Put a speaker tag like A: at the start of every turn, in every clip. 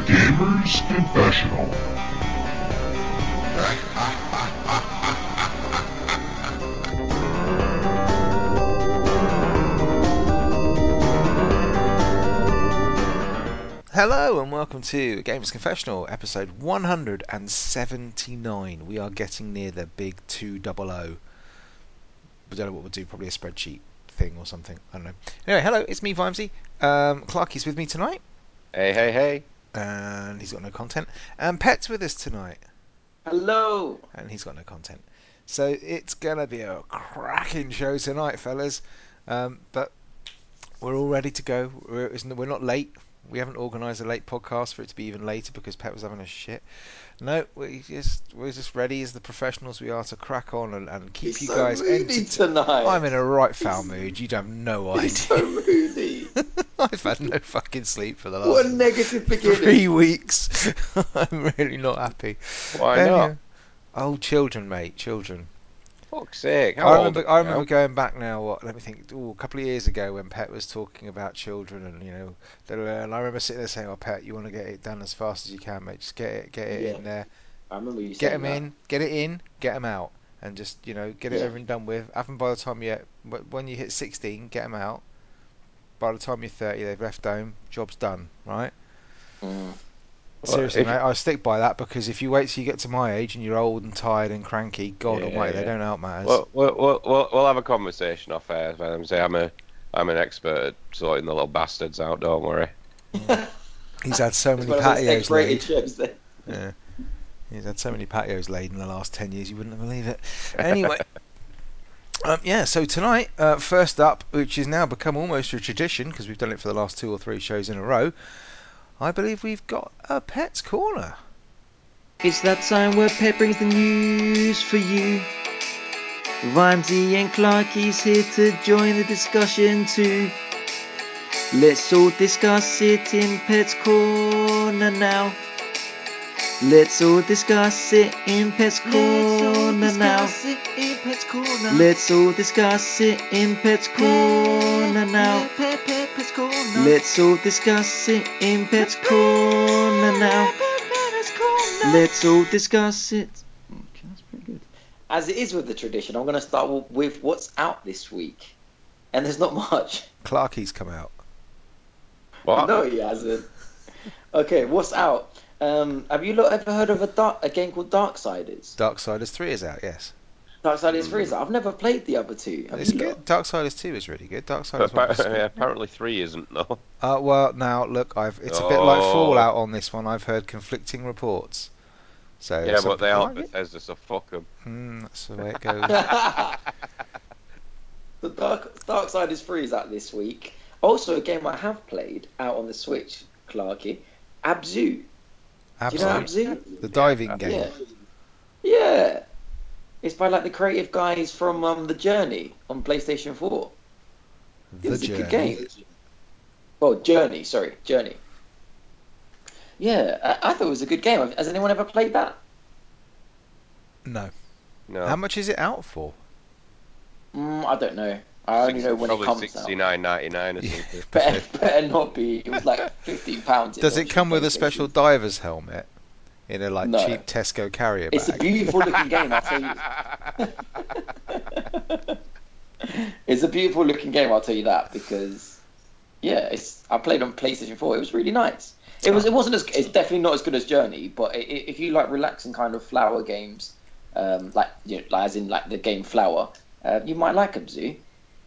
A: Cooper's Confessional.
B: Hello and welcome to Gamers Confessional, episode 179. We are getting near the big 200. We don't know what we'll do, probably a spreadsheet thing or something. I don't know. Anyway, hello, it's me, Vimesy. Um, Clarky's with me tonight,
C: Hey, hey, hey.
B: and he's got no content. And Pet's with us tonight,
D: Hello.
B: and he's got no content. So it's going to be a cracking show tonight, fellas. Um, but we're all ready to go. We're, it's n- we're not late. We haven't organised a late podcast for it to be even later because Pet was having a shit. No, we just we're just ready as the professionals we are to crack on and, and keep
D: He's
B: you
D: so
B: guys
D: moody
B: entertained.
D: tonight.
B: I'm in a right foul mood. You'd have no
D: He's
B: idea.
D: so moody.
B: I've had no fucking sleep for the
D: what a
B: last
D: negative beginning.
B: three weeks. I'm really not happy.
C: Why
B: Then,
C: not?
B: yeah. Oh, children, mate, children.
C: Fuck's sake. How
B: I
C: old
B: remember,
C: are
B: I
C: you now?
B: remember going back now. What? Let me think. Ooh, a couple of years ago, when Pet was talking about children, and you know, da, da, da, and I remember sitting there saying, "Oh, Pet, you want to get it done as fast as you can, mate. Just get it, get it
D: Yeah.
B: in there,
D: I remember you
B: get
D: saying
B: them in, get it in, get them out, and just you know, get it
D: Yeah.
B: over and done with. Have 'em by the time you, wh- when you hit 16, get them out. By the time you're 30, they've left home. Job's done, right?
D: that. Mm.
C: Well,
B: Seriously,
C: if-
B: mate, I stick by that because if you wait till you get to my age and you're old and tired and cranky, God
C: Yeah,
B: Almighty, they
C: yeah.
B: don't help matters.
C: We'll, we'll, we'll, we'll, we'll have a conversation off air. But I'm say I'm a I'm an expert at sorting the little bastards out. Don't worry.
B: He's had so
D: It's
B: many
D: one of those
B: patios laid.
D: X-rated shows that
B: He's had so many patios laid in the last 10 years, you wouldn't believe it. Anyway, um, yeah, so tonight, uh, first up, which has now become almost a tradition because we've done it for the last two or three shows in a row, I believe we've got a Pet's Corner.
E: It's that time where Pep brings the news for you. Rhymesy and Clarky's here to join the discussion too. Let's all discuss it in Pet's Corner now. Let's all discuss it in Pet's Corner now. Let's all discuss it in Pet's Corner now. Let's all discuss it in Pet's Corner now. Let's all discuss it.
D: Okay, that's pretty good. As it is with the tradition, I'm going to start w- with what's out this week, and there's not much.
B: Clarky's come out.
C: What?
D: No, he hasn't. okay, what's out? Um, have you lot ever heard of a, dark, a game called Darksiders?
B: Darksiders 3 is out, yes.
D: Darksiders 3 is out. I've never played the other two. Have
B: Mm. It's
D: you lot?
B: good. Darksiders 2 is really good.
C: But
B: Darksiders 1
C: appa-
B: is good.
C: yeah, apparently three isn't though.
B: Uh, well, now look, I've it's a bit like
C: Oh.
B: Fallout on this one. I've heard conflicting reports. So
C: Yeah,
B: some
C: but they
B: people
C: aren't
B: like it.
C: Bethesda, so fuck 'em.
B: Mm, that's the way it goes.
D: The Dark Darksiders 3 is out this week. Also, a game I have played out on the Switch, Clarky, Abzu. Do you know
B: Absolutely.
D: Abzu?
B: The diving
C: Yeah.
B: game.
D: Yeah. Yeah. It's by like the creative guys from um, The Journey on PlayStation 4. It
B: The
D: was a
B: journey.
D: good game. Well, Oh, Journey, sorry, Journey. Yeah, I, I thought it was a good game. Has anyone ever played that?
B: No.
C: No.
D: Oh.
B: How much is it out for?
D: Mm, I don't know. I only know when it
C: Probably
D: comes out.
C: 69.99 or
B: Yeah.
C: something.
D: Better, better not be. It was like fifteen pounds.
B: Does it come with a special diver's helmet in a like
D: No.
B: cheap Tesco carrier
D: It's a
B: bag?
D: beautiful looking game, I'll tell you. it's a beautiful looking game, I'll tell you that, because yeah, it's I played on PlayStation 4. It was really nice. It was it wasn't as it's definitely not as good as Journey, but i i if you like relaxing kind of flower games, um, like you know, like, as in like the game Flower, uh, you might like them, Zoo.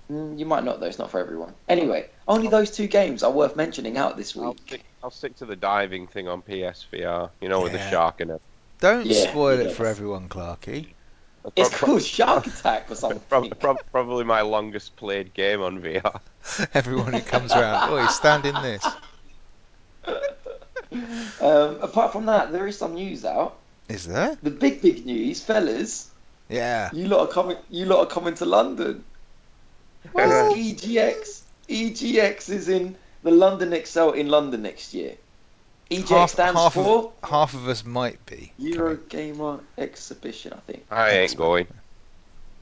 D: Mm, you might not though. It's not for everyone. Anyway, only those two games are worth mentioning out this
C: I'll
D: week.
C: stick, I'll stick to the diving thing on PSVR. You know, with the
B: Yeah.
C: shark in it.
B: Don't
D: Yeah,
B: spoil
D: it
B: it for
D: does.
B: everyone, Clarky.
D: It's called Shark Attack or something.
C: Prob- prob- probably my longest played game on VR.
B: everyone who comes around, oh, he's standing this.
D: Um, apart from that, there is some news out.
B: Is there?
D: The big, big news, fellas.
B: Yeah.
D: You lot are coming. You lot are coming to London. E
C: Woo!
D: It's EGX. EGX E is in the London Excel in London next year. EGX stands
B: half
D: for
B: Of, half of us might be.
D: Eurogamer Exhibition, I think.
C: I ain't going.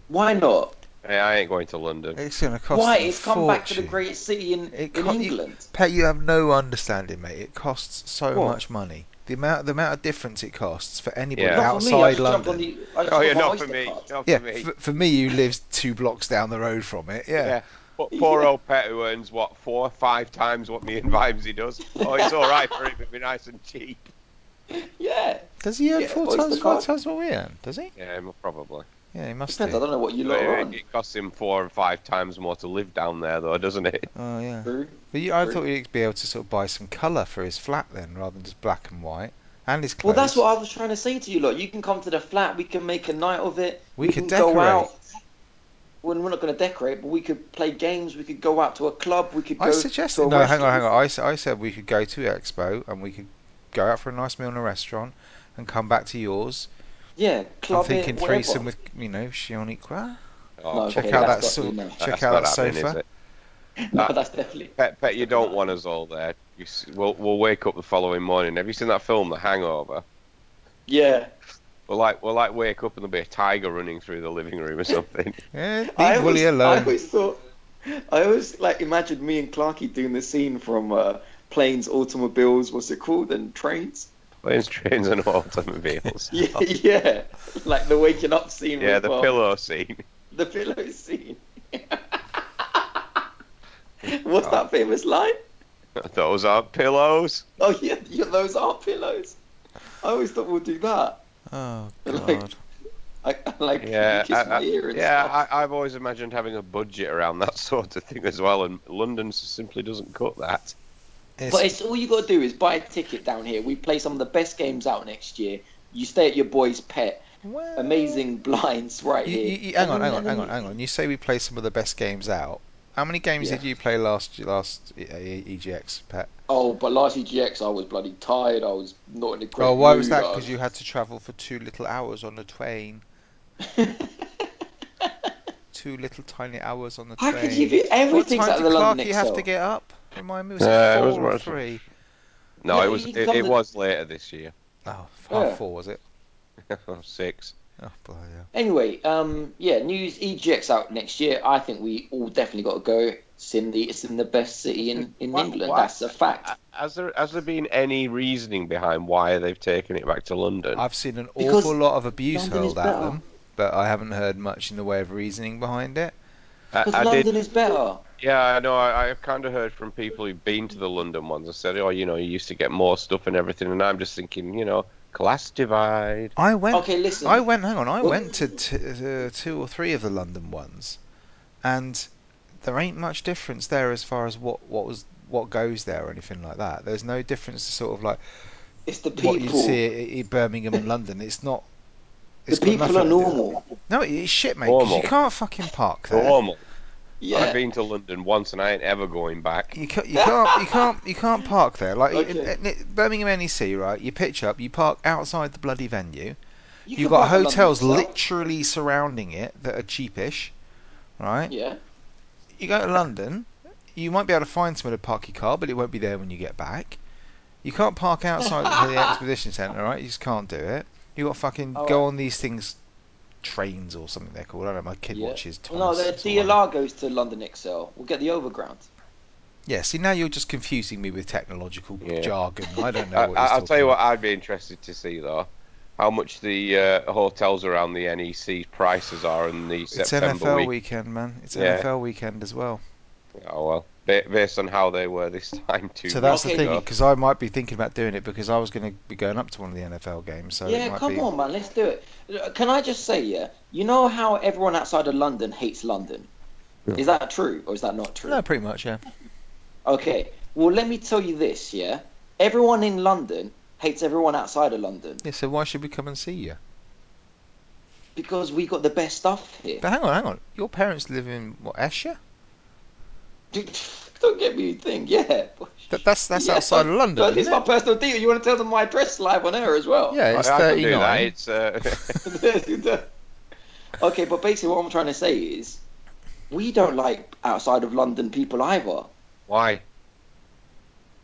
D: Why not?
C: I- I ain't going to London.
B: It's going to cost
D: Why?
B: them a
D: It's come back to the
B: fortune.
D: greatest city in,
B: It
D: in
B: co- you-
D: England.
B: Pet, you have no understanding, mate. It costs so
D: What?
B: much money. The amount the amount of difference it costs for anybody
C: Yeah.
D: Not for me, I
B: outside
D: just jumped
B: London.
D: on the. I just
C: Oh,
D: got
C: yeah,
D: my
C: not
D: Oyster
C: for me.
D: card.
C: Not
B: yeah,
C: for me.
B: for, for me who lives two blocks down the road from it. Yeah.
C: Yeah. But poor old pet who earns what four, five times what me and Vimesy does. Oh, it's all right for him. It'd be nice and cheap.
D: Yeah,
B: Does he earn
D: Yeah,
B: four
D: Oyster
B: times four
D: card.
B: times what we earn? Does he?
C: Yeah, probably.
B: Yeah, he must.
D: depends. I
B: do.
D: don't know what you lot are
C: It,
D: on.
C: it costs him four or five times more to live down there, though, doesn't it?
B: Oh yeah.
D: True.
B: But you, I
D: True.
B: thought he'd be able to sort of buy some colour for his flat then, rather than just black and white, and his
D: Well,
B: clothes.
D: that's what I was trying to say to you lot. You can come to the flat. We can make a night of it.
B: We could
D: can go
B: decorate.
D: out. Well, we're not going to decorate, but we could play games. We could go out to a club. We could.
B: I
D: go to
B: suggested.
D: a
B: No, hang on,
D: restaurant.
B: hang on. I, s- I said we could go to Expo and we could go out for a nice meal in a restaurant and come back to yours.
D: Yeah, club
B: I'm thinking
D: it, whatever.
B: threesome with you know Shioniqua.
C: Oh,
D: No,
B: Check
D: Okay,
B: out that
D: that's got
B: so-
D: to be nice.
B: check
C: that's
B: out
C: not
B: that
C: happening,
B: sofa.
C: is it?
D: No, that's definitely.
C: Pet, pet, you don't want us all there. You s- We'll, we'll wake up the following morning. Have you seen that film, The Hangover?
D: Yeah.
C: We'll like, we'll like wake up and there'll be a tiger running through the living room or something.
B: Yeah, leave
D: I
B: Willie
D: always, I
B: alone.
D: always thought, I always like imagined me and Clarky doing the scene from uh, planes, automobiles, what's it called, and trains.
C: Planes, trains, and automobiles.
D: Yeah, yeah, like the waking up scene.
C: yeah,
D: as
C: the
D: well.
C: pillow scene.
D: the pillow scene. what's
B: Oh.
D: that famous line?
C: Those aren't pillows.
D: Oh yeah, yeah, those are pillows. I always thought we'll do that.
B: Oh
D: Like-
B: god.
D: I, like
C: Yeah,
D: kiss
C: I-
D: my
C: I-
D: ear and
C: yeah.
D: stuff.
C: I, I've always imagined having a budget around that sort of thing as well, and London s- simply doesn't cut that.
D: But it's all you got to do is buy a ticket down here. We play some of the best games out next year. You stay at your boy's pet.
B: Well-
D: Amazing blinds right
B: You,
D: here.
B: you, you, hang on,
D: And
B: hang
D: then-
B: on, hang on, hang on. You say we play some of the best games out. How many games
D: Yeah.
B: did you play last last E- E- EGX, Pat?
D: Oh, but last EGX I was bloody tired. I was not in a great
B: Oh, why
D: mood.
B: was that?
D: I
B: Because you had to travel for two little hours on the train. two little tiny hours on the
D: I
B: train.
D: could give you everything
B: what
D: at
B: time
D: the
B: did
D: London
B: Clark you have
D: Excel.
B: to get up? Remind me, was
C: Yeah,
B: it
C: it
B: four
C: was
B: or
C: right-
B: three?
C: No,
D: Yeah,
C: it was
D: you
C: it,
D: can come
C: it
D: to-
C: was later this year.
B: Oh, half
D: Yeah.
B: four was it?
C: Six.
B: Oh, bloody hell.
D: Anyway, um, yeah, news EGX out next year. I think we all definitely got to go. It's in the it's in the best city in, in
C: Why-
D: England.
C: why-
D: That's a fact.
C: Has there has there been any reasoning behind why they've taken it back to London?
B: I've seen an
D: Because
B: awful lot of abuse
D: London is
B: hurled at
D: better.
B: them, but I haven't heard much in the way of reasoning behind it.
C: I,
D: Because
C: I
D: London
C: did.
D: is better.
C: Yeah, I know. I, I've kind of heard from people who've been to the London ones. I said, oh, you know, you used to get more stuff and everything, and I'm just thinking, you know, class divide.
B: I went.
D: Okay, listen.
B: I went. Hang on. I
D: Well-
B: went to t- uh, two or three of the London ones, and there ain't much difference there as far as what what was what goes there or anything like that. There's no difference to sort of like
D: It's the
B: what you
D: people.
B: see i- in Birmingham and London. It's not.
D: the
B: It's got
D: people
B: nothing
D: are
B: to do with-
D: normal.
B: No, it- it's shit, mate. 'cause you
C: Normal.
B: can't fucking park there.
C: Normal.
D: Yeah.
C: I've been to London once, and I ain't ever going back.
B: You can't, you can't, you can't, you can't park there. Like in-
D: Okay.
B: in, in Birmingham NEC, right? You pitch up, you park outside the bloody venue.
D: You
B: You've
D: can
B: got
D: park at London
B: hotels
D: Excel.
B: literally surrounding it that are cheapish, right?
D: Yeah.
B: You go to London, you might be able to find somewhere to park your car, but it won't be there when you get back. You can't park outside of the expedition centre, right? You just can't do it. You got to fucking
D: Oh,
B: go
D: right.
B: on these things, trains or something they're called. I don't know. My kid
D: Yeah.
B: watches. Thomas,
D: No, the
B: it's all right.
D: DLR goes to London Excel. We'll get the overground.
B: Yeah. See, now you're just confusing me with technological
C: Yeah.
B: jargon. I don't know.
C: I,
B: what
C: I,
B: he's
C: I'll
B: talking
C: tell you
B: about.
C: what I'd be interested to see though, how much the uh, hotels around the NEC prices are in the
B: It's
C: September
B: NFL
C: week.
B: weekend, man. It's
C: Yeah.
B: NFL weekend as well.
C: Oh well, ba- based on how they were this time too.
B: So that's the
D: Okay.
B: thing,
C: ago.
B: because I might be thinking about doing it because I was going to be going up to one of the NFL games. So it
D: yeah,
B: might
D: come
B: be-
D: on, man. Let's do it. Uh, Can I just say, yeah, you know how everyone outside of London hates London? Is that true or is that not true?
B: No, pretty much, yeah.
D: Okay. Well, let me tell you this, yeah? Everyone in London hates everyone outside of London
B: Yeah. So why should we come and see you?
D: because we got the best stuff here.
B: But hang on, hang on. Your parents live in what Esher?
D: Don't get me a thing, yeah.
B: That, that's that's
D: Yeah.
B: outside of London.
D: But
B: Isn't
D: it's my
B: it?
D: personal deal. You want to tell them my address live on air as well?
B: Yeah, it's
C: I, I can do that.
B: thirty-nine.
C: It's uh,
D: okay, but basically what I'm trying to say is we don't like outside of London people either
C: why?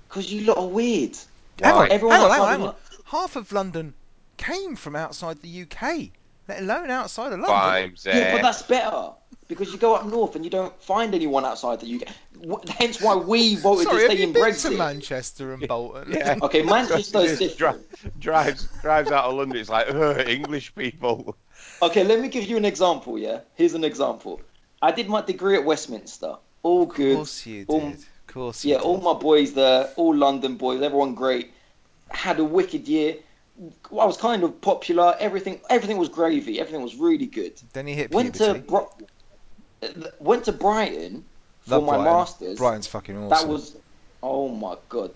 D: because you lot are weird.
B: Hang on,
C: Why?
B: hang
D: Everyone
B: on, hang
D: outside
B: on,
D: of
B: hang
D: Lo-
B: on. Half of London came from outside the UK, let alone outside of London.
C: Rhymes,
D: Yeah, but
C: eh?
D: that's better. because you go up north and you don't find anyone outside the UK. Wh- Hence why we voted
B: Sorry,
D: to
B: have
D: stay
B: you
D: in
B: been
D: Brexit.
B: to Manchester and Bolton?
C: Yeah.
D: okay, Manchester is
C: Just
D: different.
C: dri- drives drives out of London. It's like "Ugh, English people.
D: Okay, let me give you an example. Yeah, here's an example. I did my degree at Westminster. All
B: Of
D: good.
B: course you did.
D: All-
B: of course you
D: yeah,
B: did.
D: all my boys there, all London boys, everyone great. Had a wicked year. I was kind of popular. Everything, everything was gravy. Everything was really good.
B: Then you hit
D: Went
B: puberty.
D: to Bro- uh, went to Brighton for
B: Love
D: my
B: Brighton.
D: masters.
B: Brighton's fucking awesome.
D: That was, oh my god.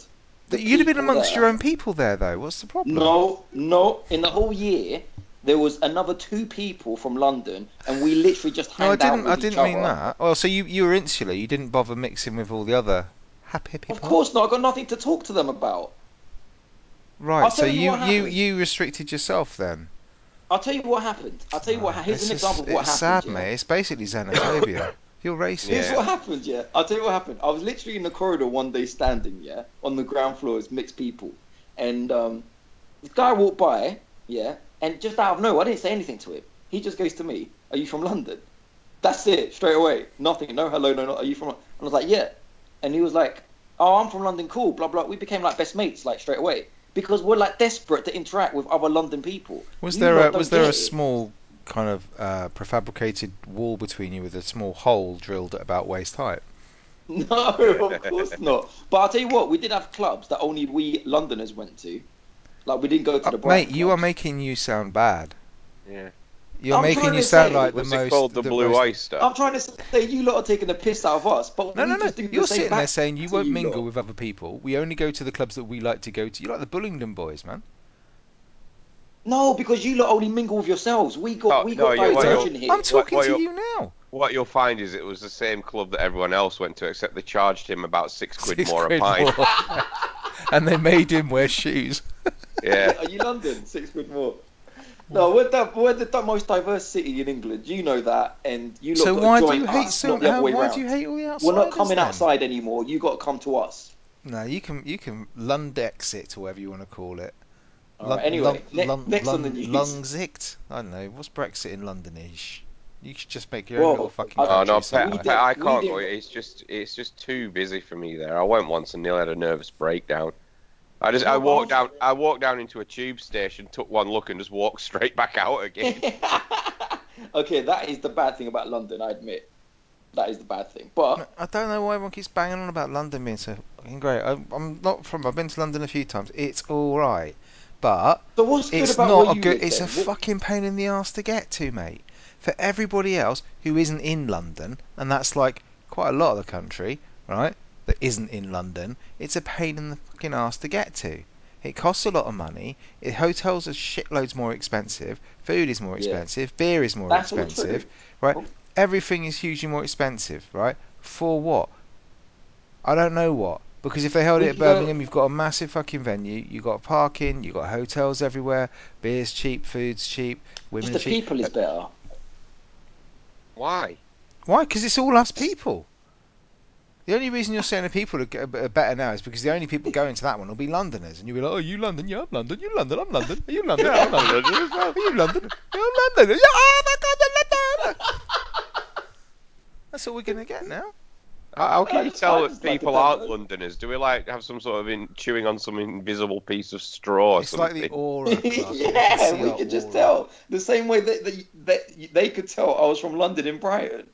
D: The
B: You'd have been
D: people
B: amongst
D: there-
B: your own people there, though. What's the problem?
D: No, no. In the whole year, there was another two people from London, and we literally just
B: No, I
D: hanged out
B: didn't.
D: with
B: I
D: each
B: didn't
D: other.
B: mean that. Well, so you you were insular. You didn't bother mixing with all the other happy people.
D: Of course not. I got nothing to talk to them about.
B: Right.
D: I'll
B: So
D: tell you
B: you
D: what
B: you
D: happened.
B: you restricted yourself then.
D: I'll tell you what happened. I'll tell you what. ha- Here's
B: It's
D: an
B: just-
D: example of what
B: it's
D: happened.
B: sad,
D: yeah.
B: mate. It's basically xenophobia. You're racist.
D: Here's
C: Yeah.
D: what happened, yeah. I'll tell you what happened. I was literally in the corridor one day standing, yeah, on the ground floor as mixed people. And um, this guy walked by, yeah, and just out of nowhere, I didn't say anything to him. He just goes to me, Are you from London? That's it, straight away. Nothing, no hello, no, no, are you from Lon-" And I was like, Yeah. And he was like, Oh, I'm from London, cool, blah, blah. We became like best mates, like straight away. Because we're like desperate to interact with other London people.
B: Was
D: You
B: there
D: lot
B: a,
D: don't
B: was there
D: get
B: a
D: it.
B: small kind of uh, prefabricated wall between you with a small hole drilled at about waist height?
D: No, of course not. But I'll tell you what, we did have clubs that only we Londoners went to. Like we didn't go to
B: Uh,
D: the Brighton
B: mate, you are
D: clubs.
B: making you sound bad.
C: Yeah.
B: You're
D: I'm
B: making
D: trying
B: you
D: to
B: sound
D: say-
B: like
C: What's
B: the
C: it
B: most
C: called? The, Blue
B: most-
C: Oyster.
D: I'm trying to say you lot are taking the piss out of us, but
B: No,
D: we
B: no, no.
D: just do
B: You're
D: the same
B: sitting there
D: back
B: saying you
D: to
B: won't
D: you
B: mingle
D: lot.
B: with other people. We only go to the clubs that we like to go to. You're like the Bullingdon boys, man.
D: No, because you lot only mingle with yourselves. We got
C: Oh,
D: we
C: no,
D: got
C: yeah, well,
D: diversion
C: you're-
D: here.
B: I'm talking
C: why
B: to
C: you're-
B: you now.
C: What you'll find is it was the same club that everyone else went to, except they charged him about six quid
B: Six
C: more
B: quid
C: a pint.
B: more. and they made him wear shoes.
C: Yeah.
D: Are you London? Six quid more. No, we're the, we're the most diverse city in England. You know that, and you lot
B: So
D: got to
B: why do
D: join
B: you
D: us,
B: hate
D: not
B: so?
D: the other
B: How,
D: way
B: why
D: round.
B: do you hate all the outsiders?
D: We're not coming
B: then?
D: outside anymore. You got to come to us.
B: No, you can you can Lundex it or whatever you want to call it.
D: All right, anyway, ne- next on the news.
B: Lungzict? I don't know. What's Brexit in Londonish? You should just make your own
D: Well,
B: little fucking
D: I-
C: Oh
B: country.
C: no,
D: Patrick,
B: somewhere.
D: we
C: Pet, Pet, I
D: did- we
C: can't
D: did-
C: go. It's just it's just too busy for me there. I went once and nearly had a nervous breakdown. I just I
D: No,
C: walked
D: well-
C: down I walked down into a tube station, took one look, and just walked straight back out again.
D: okay, that is the bad thing about London, I admit. That is the bad thing. But
B: I don't know why everyone keeps banging on about London being so fucking great. I'm, I'm not from. I've been to London a few times. It's all right, but
D: so what's good
B: it's
D: about
B: not
D: where
B: a
D: you
B: good.
D: live
B: It's a
D: then? What-
B: fucking pain in the ass to get to, mate. For everybody else who isn't in London, and that's like quite a lot of the country, right? That isn't in London. It's a pain in the fucking ass to get to. It costs a lot of money. It, hotels are shitloads more expensive. Food is more
D: Yeah.
B: expensive. Beer is more
D: That's all true.
B: expensive. Right?
D: Well-
B: Everything is hugely more expensive. Right? For what? I don't know what. Because if they held
D: We
B: it at
D: could go-
B: Birmingham, you've got a massive fucking venue, you've got parking, you've got hotels everywhere, beer's cheap, food's cheap,
D: just
B: women
D: the
B: cheap. Uh,
D: people is better.
C: Why?
B: Why? Because it's all us people. The only reason you're saying the people are, g- are better now is because the only people going to that one will be Londoners, and you'll be like, "Oh, you London? Yeah, I'm London. You London? I'm London. Are you London? Yeah, I'm London. Are you London? Yeah, I'm London. Yeah, oh my God, I'm London." That's all we're gonna get now.
C: How, how
D: I
C: can you
D: just-
C: tell
D: I
C: that
D: just like
C: people
D: the
C: aren't
D: fact that-
C: Londoners? Do we like have some sort of in, chewing on some invisible piece of straw or
B: It's like the
C: something?
B: aura. Clark. You can
D: yeah,
B: see
D: we
B: our
D: could just
B: aura.
D: tell. The same way that, that, that they could tell I was from London in Brighton.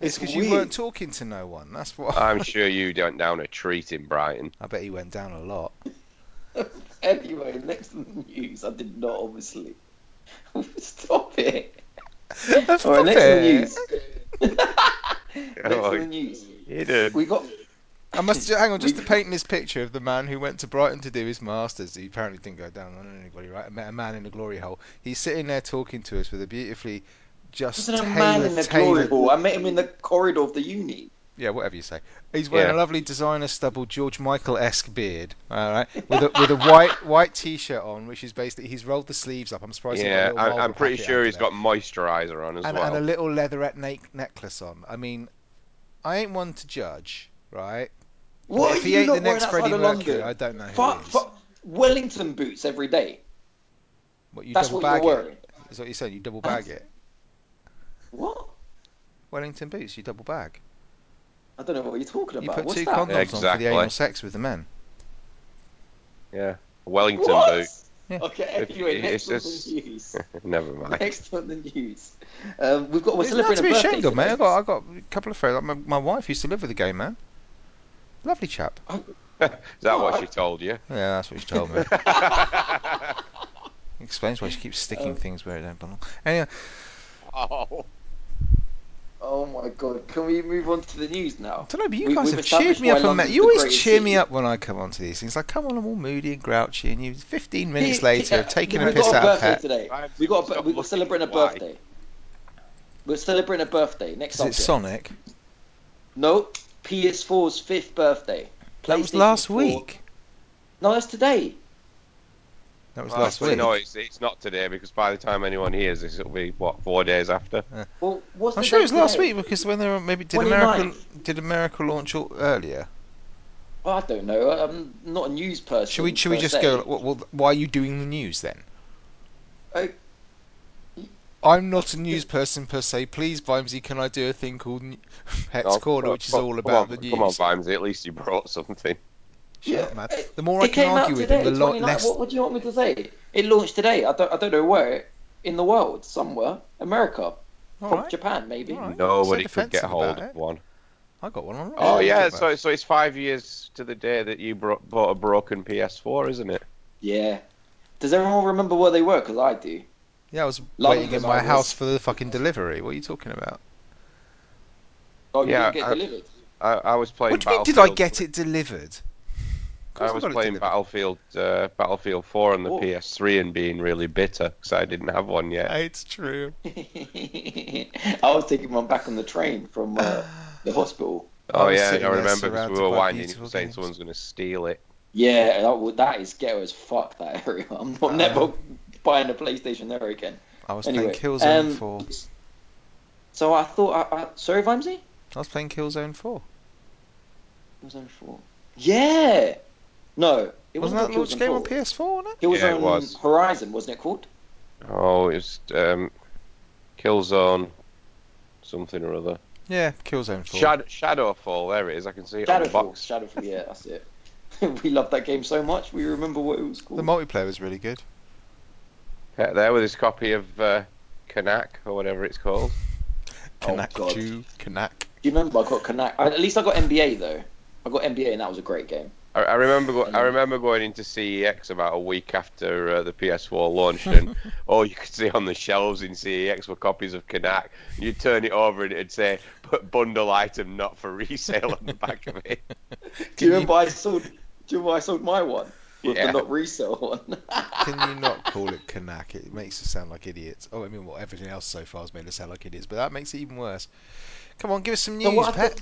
B: It's
D: It's
B: because you
D: weird. Ah.
B: weren't talking to no one. That's what.
C: I'm sure you went down a treat in Brighton.
B: I bet he went down a lot.
D: Anyway, next on the news. I did not, obviously. Stop it.
B: That's
D: All right, next on the
B: Uh, it.
D: news. next
C: Oh,
D: on the news.
C: you did.
D: We got
B: I must hang on just to
D: We-
B: paint this picture of the man who went to Brighton to do his masters. He apparently didn't go down on anybody, right? I met a man in a glory hole. He's sitting there talking to us with a beautifully just
D: Wasn't a man
B: tailored,
D: in the glory
B: tailored
D: hall. I met him in the corridor of the uni.
B: yeah, whatever you say. He's wearing
C: Yeah.
B: a lovely designer stubble George Michael esque beard, all right, with a with a white white t shirt on, which is basically he's rolled the sleeves up. I'm surprised. he
C: Yeah,
B: got a little
C: I,
B: Marlboro
C: I'm pretty
B: packet
C: sure
B: under
C: he's
B: there.
C: got moisturiser on as
B: and,
C: well.
B: and a little leatherette na- necklace on. I mean, I ain't one to judge, right? if
D: What are
B: he
D: you
B: ain't the
D: lot wearing
B: next
D: outside
B: Freddie
D: of
B: Mercury,
D: London?
B: I don't know who
D: Fuck,
B: is.
D: fuck, Wellington boots every day.
B: What you
D: That's
B: double
D: what
B: bag
D: you're wearing.
B: it? Is what you're saying? You double
D: Huh?
B: bag it?
D: What?
B: Wellington boots, you double bag.
D: I don't know what you're talking
B: You
D: about.
B: put
D: What's
B: two
D: that?
B: condoms on for
C: Exactly.
B: the anal sex with the men.
C: Yeah. Wellington
D: What?
B: Yeah.
D: Okay,
C: If-
D: anyway, next
C: it's
D: on
C: just-
D: the news.
C: boot. Never mind.
D: Next on the news. Um, we've got, we're
B: There's nothing
D: celebrating
B: to be
D: a birthday
B: ashamed of,
D: today.
B: mate. I got, I got a couple of friends. My, my wife used to live with a gay man. Lovely chap.
C: Is that what
D: What?
C: she told you?
B: Yeah, that's what she told me. Explains why she keeps sticking
D: Um,
B: things where it don't belong. Anyway,
C: Oh.
D: Oh my god, can we move on to the news now?
B: I don't know, but you
D: We-
B: guys
D: we've
B: have cheered
D: established
B: me up.
D: why
B: And ma-
D: London's
B: you
D: the
B: always
D: greatest
B: cheer me
D: city.
B: up when I come onto these things. Like, come on, I'm all moody and grouchy, and you 15 minutes
D: Yeah,
B: later have taken a
D: we've
B: piss
D: got
B: out of
D: birthday
B: Pet.
D: today.
C: I've
D: We got a,
C: stopped
D: we we're
C: looking.
D: celebrating a
C: Why?
D: birthday. We're celebrating a birthday next
B: Is it
D: subject.
B: Sonic?
D: No, PS4's fifth birthday.
B: That was
D: PlayStation
B: last
D: 4.
B: week.
D: No, that's today.
B: That was
C: Well,
B: last
C: actually,
B: week.
C: No, it's, it's not today because by the time anyone hears this, it'll be what four days after.
D: Well, what's
B: I'm
D: the
B: sure it
D: date
B: was last
D: today?
B: week because when they were maybe did America
D: 29th.
B: did America launch all, earlier?
D: I don't know. I'm not a news person.
B: Should we should we
D: per
B: just
D: se.
B: go? Well, well, why are you doing the news then?
D: Oh.
B: I'm not a news person per se. Please, Vimesy, can I do a thing called N- Pets
C: No,
B: Corner,
C: come-
B: which is
C: come-
B: all
C: come
B: about
C: on,
B: the news?
C: Come on, Vimesy, at least you brought something.
B: Shut up,
D: Yeah,
B: man.
D: it-
B: The more I
D: it
B: can
D: came out
B: argue with him,
D: today.
B: the lot
D: 29
B: less.
D: What would you want me to say? It launched today. I don't. I don't know where in the world. Somewhere, America,
B: All
D: prob-
B: right.
D: Japan, maybe.
B: All right.
C: Nobody
B: So
C: could get
B: defensive
C: hold
B: about
C: of
B: it.
C: one.
B: I got one on. right
C: Oh
B: now.
C: yeah,
B: Talk about
C: so so it's five years to the day that you brought, bought a broken PS4, isn't it?
D: Yeah. Does everyone remember where they were? Because I do.
B: it. yeah, I was
D: London
B: waiting in
D: was
B: my
D: ours.
B: house for the fucking delivery. What are you talking about?
D: Oh, you
C: Yeah,
D: didn't get
C: I-
D: delivered.
C: I, I was playing.
B: What do you mean? Did I
C: Battlefield-
B: get it delivered? Of course
C: I was
B: got it
C: playing
B: delivered.
C: Battlefield uh, Battlefield 4 on the
D: Oh.
C: PS3 and being really bitter because I didn't have one yet.
B: It's true.
D: I was taking one back on the train from uh, the hospital.
B: I
C: Oh
B: was
C: yeah,
B: sitting
C: I
B: there
C: remember because
B: surrounded
C: we were
B: by
C: whining,
B: beautiful
C: saying
B: games.
C: someone's going to steal it.
D: Yeah, that, well, that is ghetto as fuck. That area. I'm not,
B: Uh,
D: never buying a PlayStation there again.
B: I was
D: Anyway,
B: playing Killzone
D: um,
B: 4.
D: So I thought. I, I, sorry, Vimesy.
B: I was playing Killzone 4.
D: It was on four. Yeah. No, it
B: Wasn't,
D: wasn't,
B: that launch
D: Killzone
B: game on
D: 4.
B: PS4? wasn't it?
D: It was
C: Yeah, it
D: on
C: was.
D: Horizon, wasn't it called?
C: Oh, it's um, Killzone, something or other.
B: Yeah, Killzone 4.
C: Shad- Shadowfall. There it is. I can see it on the
D: Shadowfall.
C: box.
D: Shadowfall. Yeah, that's it. we loved that game so much. We remember what it was called.
B: the multiplayer was really good.
C: Yeah, there with his copy of uh, Kanak or whatever it's called.
D: Oh,
B: Kanak
D: God.
B: Jew, Kanak.
D: Do you remember I got Connect? At least I got NBA though. I got NBA, and that was a great game.
C: I, I remember go- I
D: Mm.
C: remember going into CEX about a week after uh, the PS4 launched, and all you could see on the shelves in CEX were copies of Kanak. You'd turn it over and it'd say "Put bundle item not for resale" on the back of it.
D: Do you
B: Can you-
D: remember I sold? Do you remember I sold my one with
C: Yeah.
D: the not resale one?
B: Can you not call it Kanak? It makes us sound like idiots. Oh, I mean, well, everything else so far has made us sound like idiots, but that makes it even worse. Come on, give us some
D: So
B: news,
D: what I
B: Pet.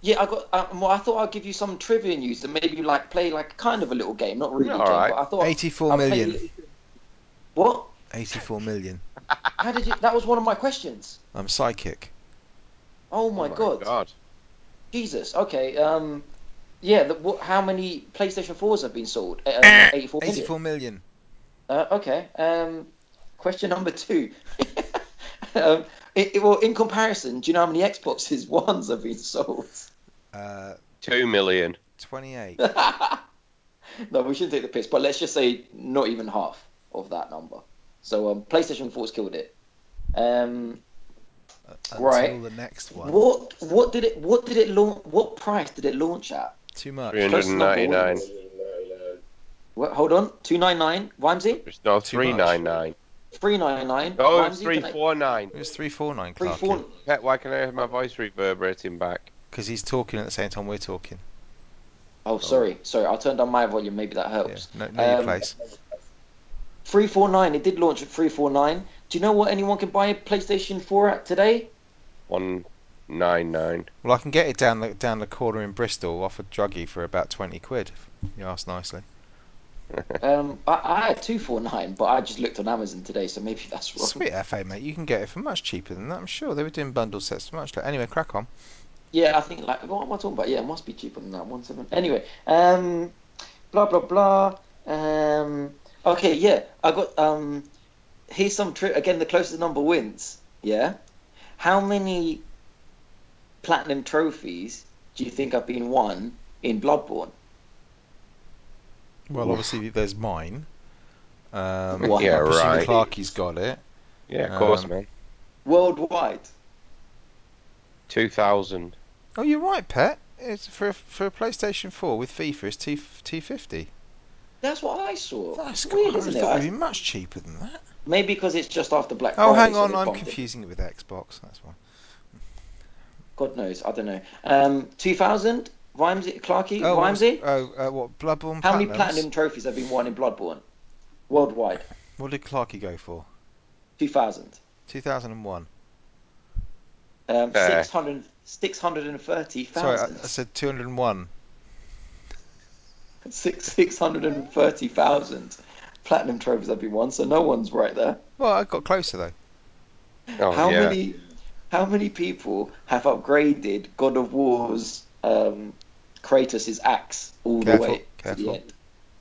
D: yeah, I got. Um, well, I thought I'd give you some trivia news and maybe like play like kind of a little game, not really.
C: Yeah,
D: a game,
C: alright.
D: but I thought
B: 84
D: I'd play a
B: million.
D: little- What?
B: 84 million.
D: How did you? That was one of my questions.
B: I'm psychic.
D: Oh my, god. Jesus. Okay. Um. Yeah. The, what, how many PlayStation fours have been sold? Um, Eighty-four. million.
B: 84 million.
D: Uh, okay. Um. Question number two. um. It, it- well, in comparison, do you know how many Xboxes ones have been sold?
B: Uh,
C: Two million.
B: 28.
D: No, we shouldn't take the piss, but let's just say not even half of that number. So um, PlayStation 4's killed it. Um,
B: Until
D: Right.
B: the next one.
D: what what did it what did it launch what price did it launch at?
B: Too much.
C: Three hundred and ninety nine.
D: What, hold on, two nine nine. Wimsy,
B: Too
C: No,
B: much.
C: three nine nine.
D: three nine nine.
C: Oh, it's three four nine.
B: It was 349,
D: Three
B: Clark.
D: four.
C: Pet, why can I have my voice reverberating back?
B: Because he's talking at the same time we're talking.
D: Oh, sorry, sorry. I turned down my volume. Maybe that
B: Yeah,
D: helps.
B: know, know your
D: Um,
B: place.
D: Three four nine. It did launch at three four nine. Do you know what anyone can buy a PlayStation Four at today?
C: One nine nine.
B: Well, I can get it down the down the corner in Bristol off a druggie for about twenty quid. If you ask nicely.
D: Um, I, I had two four nine, but I just looked on Amazon today, so maybe that's wrong.
B: Sweet FA, mate. You can get it for much cheaper than that. I'm sure they were doing bundle sets for much. Like, anyway, crack on.
D: Yeah, I think like what am I talking about? Yeah, it must be cheaper than that one seven. Anyway, um, blah blah blah. Um, okay, yeah, I got um, here's some tri Again, the closest number wins. Yeah, how many platinum trophies do you think have been won in Bloodborne?
B: Well, obviously there's mine. Um,
D: Wow.
B: I
C: Yeah,
B: presume
C: right.
B: Clarky's got it.
C: Yeah, of course,
B: Um,
C: man.
D: Worldwide.
C: 2000.
B: Oh, you're right, Pet. It's for for PlayStation 4 with FIFA. It's T T fifty.
D: That's what I saw.
B: That's
D: It's weird,
B: good.
D: isn't
B: I
D: it?
B: thought
D: I-
B: it'd be much cheaper than that.
D: Maybe because it's just after Black Friday.
B: Oh, hang
D: so
B: on,
D: they
B: I'm
D: bumped it.
B: confusing it with Xbox. That's why.
D: God knows, I don't know. Um, 2000, Vimesy, Clarky,
B: Oh, what was-
D: Vimesy.
B: oh, uh, what Bloodborne?
D: How many
B: Platinums?
D: platinum trophies have been won in Bloodborne worldwide?
B: What did Clarky go for?
D: 2000.
B: 2001.
D: Um,
C: Fair.
D: 600
B: Sorry, I,
D: 630,000.
B: I uh, said 201.
D: Six, 630,000 platinum trophies have been won, so no one's right there.
B: Well, I got closer though.
C: Oh,
D: how
C: yeah.
D: many how many people have upgraded God of War's um, Kratos' axe all
B: Careful,
D: the way to
B: careful.
D: the end?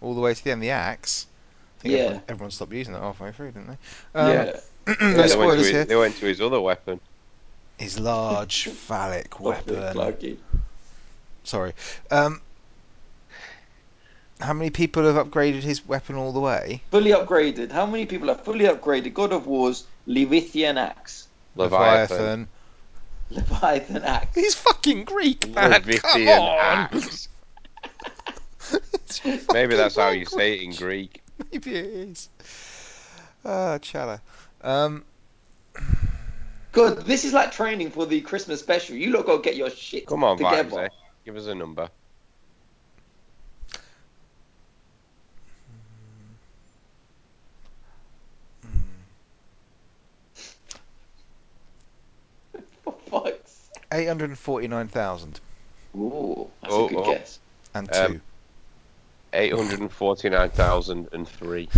B: All the way to the end. The axe. I think
D: Yeah.
B: everyone, everyone stopped using it halfway through, didn't they? Um,
D: yeah.
C: Yeah,
B: no
C: they, went to
B: spoilers
C: his,
B: here.
C: they went to his other weapon.
B: His large phallic weapon.
D: Clarky.
B: Sorry. Um, how many people have upgraded his weapon all the way?
D: Fully upgraded. How many people have fully upgraded God of War's Levithian axe?
C: Leviathan.
D: Leviathan axe.
B: He's fucking Greek, man. Ah, Come
C: Levithian
B: on.
C: axe.
B: It's
C: Maybe
B: fucking
C: that's how you
B: Greek.
C: say it in Greek.
B: Maybe it is. Ah, Chala. Um,
D: Good. This is like training for the Christmas special. You lot gotta get your shit
C: Come on, eh?
D: together.
C: Vimesy. Give us a number.
D: For fuck's sake.
B: 849,000
D: Ooh, that's
C: Oh,
D: a good
C: oh.
D: guess.
B: and two.
C: Um, 849,003.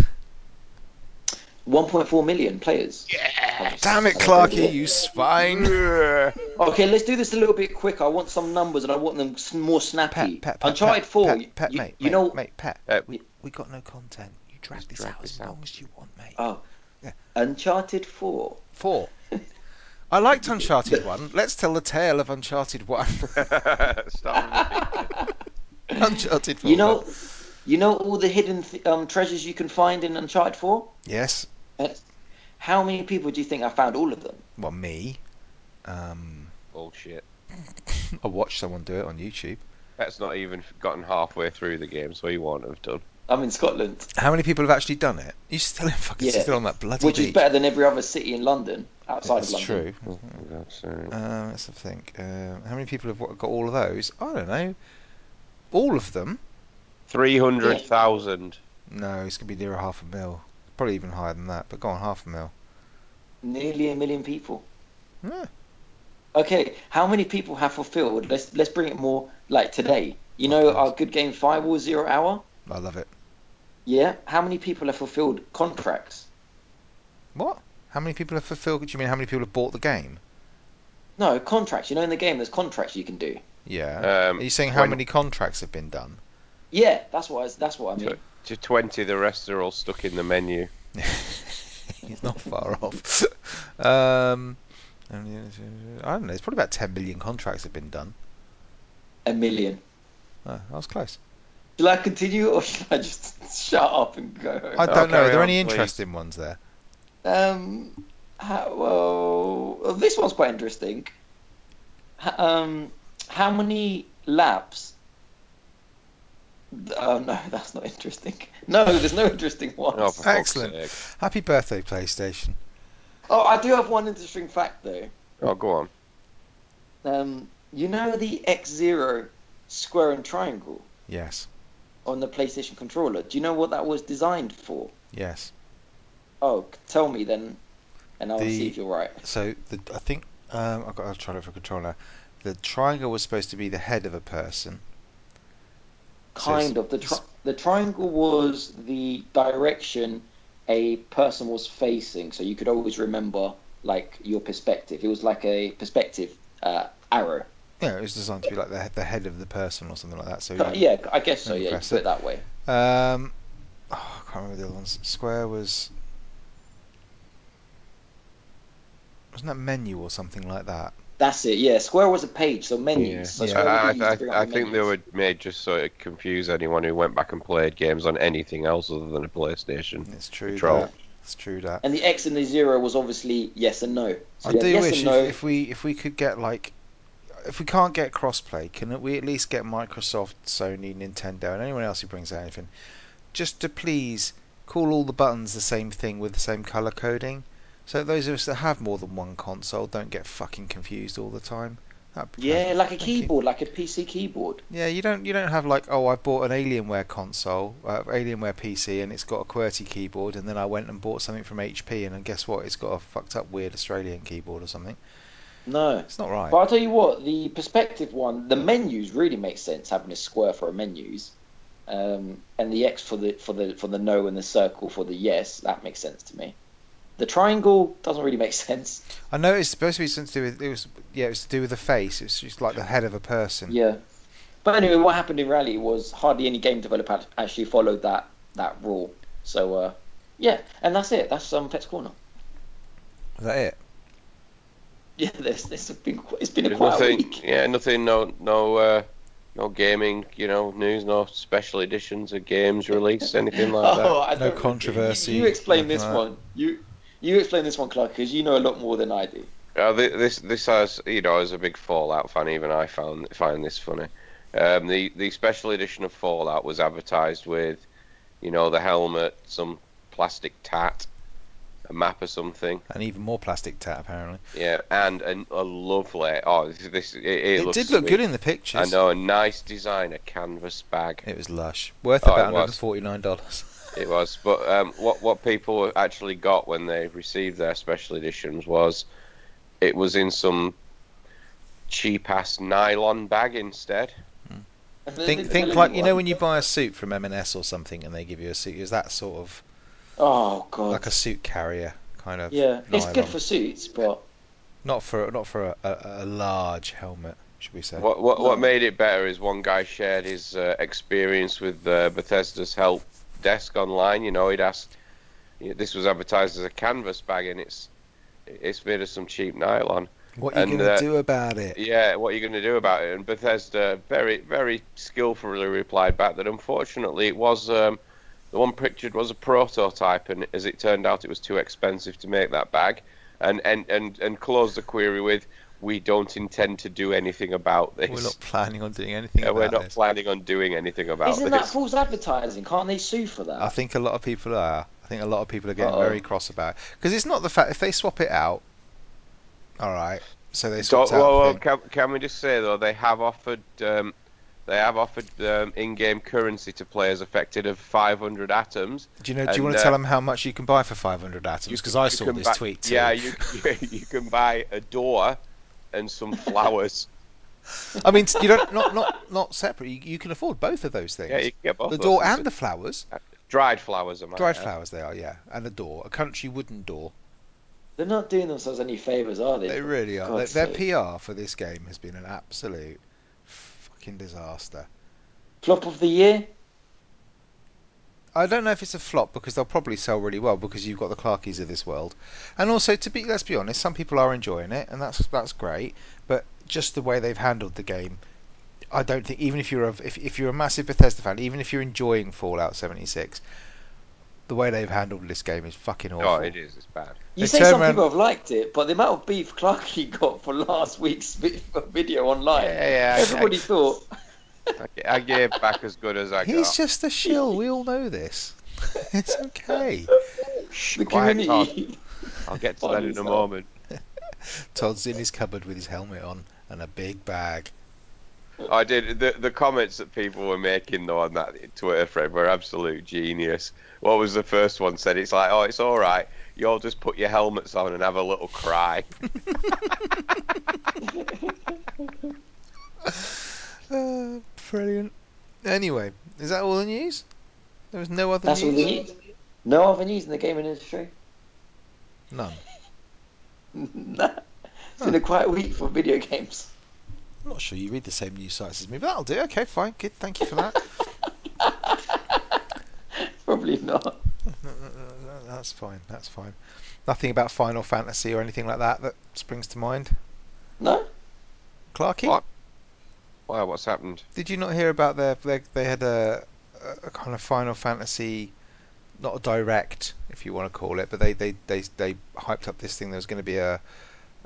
D: 1.4 million players.
C: Yeah.
B: Damn it, Clarky, you swine.
D: Okay, let's do this a little bit quicker. I want some numbers and I want them s- more snappy.
B: Pet, pet, pet.
D: Uncharted
B: pet,
D: 4. you,
B: Pet, pet,
D: you-
B: mate,
D: you
B: mate,
D: know,
B: mate, pet.
C: Uh,
B: we, we got no content. You drag this
C: drag
B: out
C: this
B: as
C: out.
B: long as you want, mate.
D: Oh. Uncharted 4.
B: Four. I liked Uncharted 1. Let's tell the tale of Uncharted 1.
C: Stop.
B: Uncharted 4.
D: You know, you know all the hidden th- um, treasures you can find in Uncharted 4?
B: Yes.
D: How many people do you think I found all of them?
B: Well, me. Um,
C: Bullshit.
B: I watched someone do it on YouTube.
C: That's not even gotten halfway through the game, so he won't have done.
D: I'm in Scotland,
B: How many people have actually done it? You still fucking
D: Yeah.
B: still on that bloody
D: which
B: beach.
D: is better than every other city in London, outside
B: That's
D: of London.
B: true. Um, let's have a think. Um, how many people have wa- got all of those? I don't know. All of them?
C: 300,000.
B: No, it's going to be near a half a mil. Probably even higher than that, but go on, half a mil.
D: Nearly a million people.
B: Yeah.
D: Okay, how many people have fulfilled? Let's let's bring it more like today. You know
B: Okay.
D: our good game Firewall Zero Hour.
B: I love it.
D: Yeah, how many people have fulfilled contracts?
B: What? How many people have fulfilled? Do you mean how many people have bought the game?
D: No contracts. You know in the game there's contracts you can do.
B: Yeah.
C: Um,
B: Are you saying how
C: 20
B: many contracts have been done?
D: Yeah, that's what I, that's what I mean.
C: Sure. To 20, the rest are all stuck in the menu.
B: He's not far off. Um, I don't know. It's probably about 10 million contracts have been done.
D: A million.
B: Oh, I was close.
D: Shall I continue or should I just shut up and go? home?
B: I don't know. Are
C: carry
B: there
C: on,
B: any
C: please.
B: interesting ones there?
D: Um, how, well, well, this one's quite interesting. H- Um, how many laps? Oh no, that's not interesting. No, there's no interesting ones.
C: Oh, for fuck's
B: Excellent.
C: sake.
B: Happy birthday, PlayStation.
D: Oh, I do have one interesting fact though.
C: Oh, go on.
D: Um, you know the X Zero square and triangle
B: Yes.
D: on the PlayStation controller. Do you know what that was designed for?
B: Yes.
D: Oh, c- tell me then, and I'll
B: The-
D: see if you're right.
B: So the, I think um, I've got a triangle for controller. The triangle was supposed to be the head of a person. So it's-
D: kind of the tri- the triangle was the direction a person was facing so you could always remember like your perspective it was like a perspective uh, arrow
B: Yeah, it was designed to be like the, he- the head of the person or something like that. So you-
D: yeah i guess so yeah you could
B: Impressive.
D: put it that way
B: Um, oh, I can't remember the other ones. Square was wasn't that menu or something like that?
D: That's it. Yeah, Square was a page, so menus.
C: Yeah.
D: So
B: Yeah.
D: Square
C: I,
D: would be used to bring up
C: I, I
D: the
C: think they
D: menus.
C: were made just so it confuse anyone who went back and played games on anything else other than a PlayStation.
B: It's true
C: Control.
B: that. It's true that.
D: And the X and the zero was obviously yes and no. So
B: I
D: yeah,
B: do
D: yes
B: wish
D: and no.
B: if, if we if we could get like if we can't get crossplay, can we at least get Microsoft, Sony, Nintendo, and anyone else who brings out anything, just to please call all the buttons the same thing with the same color coding, so that those of us that have more than one console don't get fucking confused all the time. That'd be
D: yeah,
B: perfect.
D: like a
B: Thank you.
D: keyboard, like a PC keyboard.
B: Yeah, you don't you don't have like oh I bought an Alienware console, uh, Alienware PC, and it's got a QWERTY keyboard, and then I went and bought something from HP, and then guess what? It's got a fucked up weird Australian keyboard or something.
D: No.
B: It's not right.
D: But I'll tell you what, the perspective one, the menus really makes sense having a square for a menus, um, and the X for the for the for the no and the circle for the yes. That makes sense to me. The triangle doesn't really make sense.
B: I know it's supposed to be something to do with it was yeah it was to do with the face. It's just like the head of a person.
D: Yeah. But anyway, what happened in Rally was hardly any game developer act- actually followed that that rule. So uh, yeah, and that's it. That's um, Pet's corner.
B: Is that it?
D: Yeah, this this has been qu- it's been a
C: There's
D: quiet
C: nothing.
D: week.
C: Yeah, nothing. No, no, uh, no gaming. You know, news. No special editions of games released. Anything like that.
D: Oh, I
B: No
D: don't- you-
B: controversy,
D: You, explain
B: nothing
D: this
B: like that.
D: one. You you explain this one, Clark, because you know a lot more than I do.
C: Uh, thi- this this has you know as a big Fallout fan, even I found find this funny. Um, the the special edition of Fallout was advertised with, you know, the helmet, some plastic tat, a map or something.
B: And even more plastic tat apparently.
C: Yeah, and an, a lovely. Oh, this, this it, it,
B: It,
C: looks
B: did look
C: sweet.
B: good in the pictures.
C: I know a nice design, a canvas bag
B: It was lush. Worth
C: Oh, it
B: about
C: was.
B: $149.
C: it was. But um, what what people actually got when they received their special editions was, it was in some cheap ass nylon bag instead.
D: And then
B: think
D: the
B: think
D: villain
B: like you know
D: one-
B: when you buy a suit from M&S or something and they give you a suit. It was that sort of
D: Oh god.
B: like a suit carrier kind of.
D: yeah, it's
B: nylon.
D: good for suits, but
B: not for not for a, a, a large helmet, should we say?
C: What what, what
D: No.
C: made it better is one guy shared his uh, experience with uh, Bethesda's help desk online. You know, he'd asked. you know, This was advertised as a canvas bag, and it's it's made of some cheap nylon.
B: What are you
C: and,
B: going to
C: uh,
B: do about it?
C: Yeah, what are you going to do about it? And Bethesda very very skillfully replied back that unfortunately it was um, the one pictured was a prototype, and as it turned out, it was too expensive to make that bag, and and and and closed the query with. We don't intend to do anything about this.
B: We're not planning on doing anything
C: Yeah,
B: about
C: we're not
B: this.
C: planning on doing anything about
D: isn't that
C: this.
D: false advertising? Can't they sue for that?
B: I think a lot of people are. I think a lot of people are getting
D: Uh-oh.
B: very cross about because it's not the fact if they swap it out. All right, so they
C: So-
B: swapped out.
C: well,
B: the
C: well,
B: thing.
C: can, can we just say though they have offered um, they have offered um, in-game currency to players affected of 500 atoms.
B: do you know? Do you
C: and,
B: want to
C: uh,
B: tell them how much you can buy for 500 atoms? Because I
C: you
B: saw
C: can
B: this
C: buy-
B: tweet too.
C: Yeah, you, you you can buy a door and some flowers.
B: I mean, you don't not not not separate. You, you can afford both of those things.
C: yeah, you can get both
B: the
C: of
B: door
C: those.
B: and the flowers.
C: dried flowers. Am I
B: Dried flowers, they are. Yeah, and a door, a country wooden door.
D: They're not doing themselves any favors, are they?
B: They
D: For
B: really are.
D: God's
B: their,
D: sake.
B: their PR for this game has been an absolute fucking disaster.
D: Flop of the year?
B: I don't know if it's a flop because they'll probably sell really well because you've got the Clarkies of this world, and also to be let's be honest, some people are enjoying it and that's that's great. But just the way they've handled the game, I don't think even if you're a if, if you're a massive Bethesda fan, even if you're enjoying Fallout 76, the way they've handled this game is fucking awful.
C: Oh, it is. It's bad.
D: You
B: They
D: say
B: turn
D: some
B: around-
D: people have liked it, but the amount of beef Clarky got for last week's vi- video online,
C: Yeah, yeah, I-
D: everybody
C: I-
D: thought
C: I, I gave back as good as I
B: He's
C: got.
B: just a shill. We all know this. it's okay.
C: Shh,
D: the
C: quiet, Todd.
D: community.
C: I'll get to
D: Fun
C: that in a
D: yourself.
C: moment.
B: Todd's in his cupboard with his helmet on and a big bag.
C: I did. The, the comments that people were making though on that Twitter thread were absolute genius. What was the first one said? It's like, oh, it's all right. You all just put your helmets on and have a little cry.
B: Uh, brilliant. Anyway, is that all the news? There was no other
D: That's all
B: news.
D: they need. No other news in the gaming industry.
B: None.
D: nah. It's been a quiet week for video games.
B: I'm not sure you read the same news sites as me, but that'll do. Okay, fine, good. Thank you for that.
D: Probably not.
B: Uh, that's fine. That's fine. Nothing about Final Fantasy or anything like that that springs to mind.
D: No?
B: Clarky,
C: What? Wow, what's happened?
B: did you not hear about their? their they had a, a kind of Final Fantasy, not a direct, if you want to call it, but they they they, they hyped up this thing. There was going to be a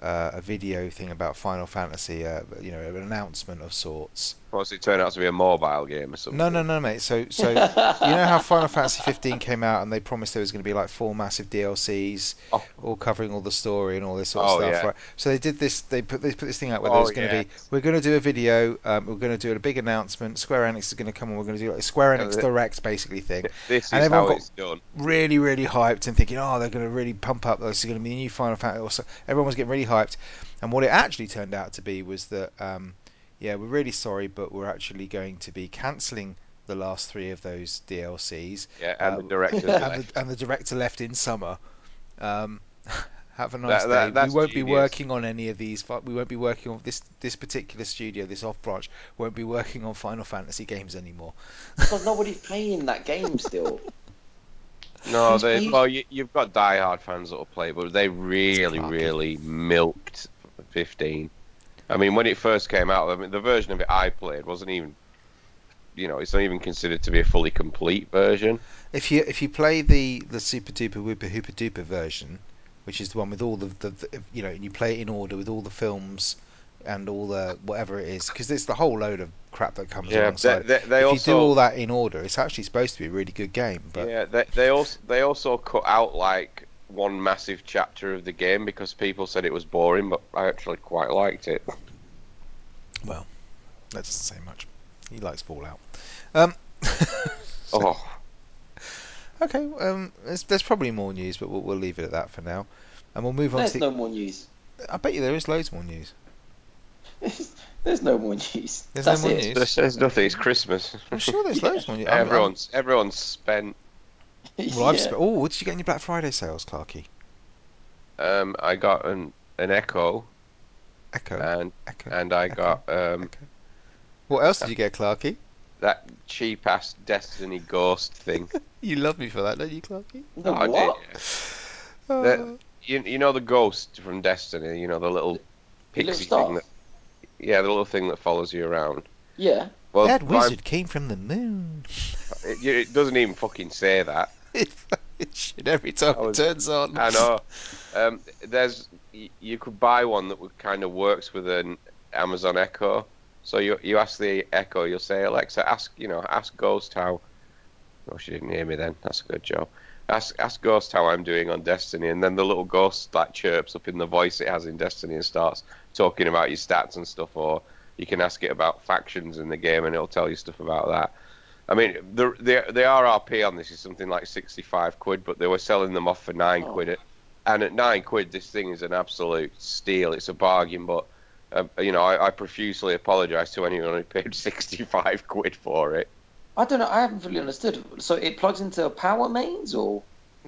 B: uh, a video thing about Final Fantasy, uh, you know, an announcement of sorts.
C: What's it turn out to be a mobile game or something?
B: No, no, no, mate. So, so you know how Final Fantasy 15 came out and they promised there was going to be like four massive DLCs,
C: Oh.
B: all covering all the story and all this sort of
C: Oh,
B: stuff,
C: yeah.
B: right? So they did this. They put they put this thing out where
C: Oh,
B: there was going to
C: yeah.
B: be we're going to do a video, um, we're going to do a big announcement. Square Enix is going to come and we're going to do like a Square
C: Yeah,
B: Enix
C: the-
B: Direct basically thing.
C: This
B: And
C: is
B: everyone
C: how
B: got-
C: it's done.
B: Really, really hyped and thinking, oh, they're going to really pump up. This is going to be a new Final Fantasy. Or so. Everyone was getting really hyped, and what it actually turned out to be was that. Um, yeah, we're really sorry, but we're actually going to be cancelling the last three of those DLCs
C: Yeah, Um,
B: Uh,
C: and the director's
B: and
C: left.
B: the, and the director left in summer. Um, have a nice
C: That- that-
B: day. We
C: that's
B: won't be
C: genius.
B: working on any of these. fi- We won't be working on this. This particular studio, this off branch, won't be working on Final Fantasy games anymore.
D: God, nobody's playing that game still.
C: No,
D: Who's
C: they,
D: playing-
C: well, you, you've got diehard fans that will play, but they really,
B: Clarky.
C: really milked 15. I mean, when it first came out, I mean, the version of it I played wasn't even, you know, it's not even considered to be a fully complete version.
B: If you if you play the the super duper whooper hooper duper version, which is the one with all the, the, the you know, and you play it in order with all the films and all the whatever it is, because it's the whole load of crap that comes
C: Yeah,
B: alongside.
C: they,
B: it.
C: they, they
B: if
C: also
B: you do all that in order, it's actually supposed to be a really good game. But
C: Yeah, they, they also they also cut out like one massive chapter of the game because people said it was boring, but I actually quite liked it.
B: that doesn't say much. He likes Fallout. Um, so-
C: Oh,
B: Okay, um, there's, there's probably more news, but we'll, we'll leave it at that for now. And we'll move on
D: There's
B: to.
D: no more news.
B: I bet you there is loads more news.
D: There's no more news.
B: There's
D: That's
B: no more
D: it.
B: news.
C: this is nothing. It's Christmas.
B: I'm sure there's
D: Yeah.
B: loads more news. I'm- I'm-
C: everyone's everyone's spent.
B: well, I've
D: Yeah.
B: spe- oh, what did you get in your Black Friday sales, Clarky?
C: Um, I got an an Echo
B: Echo,
C: and
B: Echo.
C: and I
B: Echo.
C: got um
B: What else did you get, Clarky?
C: that cheap ass Destiny Ghost thing.
B: You love me for that, don't you, Clarky?
D: The
C: I did,
D: what?
C: yeah.
B: Oh,
C: That- You you know the ghost from Destiny. You know the little
D: The little
C: pixie
D: star.
C: thing that yeah the little thing that follows you around.
D: Yeah.
C: Well,
B: that
C: mine-
B: wizard came from the moon.
C: it, it doesn't even fucking say that.
B: it shit every time
C: I was-
B: it turns on.
C: I know. Um, there's y- you could buy one that would kind of works with an Amazon Echo. So you you ask the Echo, you'll say Alexa, ask you know ask Ghost how. Oh, she didn't hear me then. That's a good job. Ask ask Ghost how I'm doing on Destiny, and then the little ghost like chirps up in the voice it has in Destiny and starts talking about your stats and stuff. Or you can ask it about factions in the game, and it'll tell you stuff about that. I mean, the the the RRP on this is something like sixty five quid, but they were selling them off for nine
D: Oh.
C: quid, and at nine quid, this thing is an absolute steal. It's a bargain, but uh, you know, I, I profusely apologise to anyone who paid sixty five quid for it.
D: I don't know. I haven't fully understood. So it plugs into power mains, or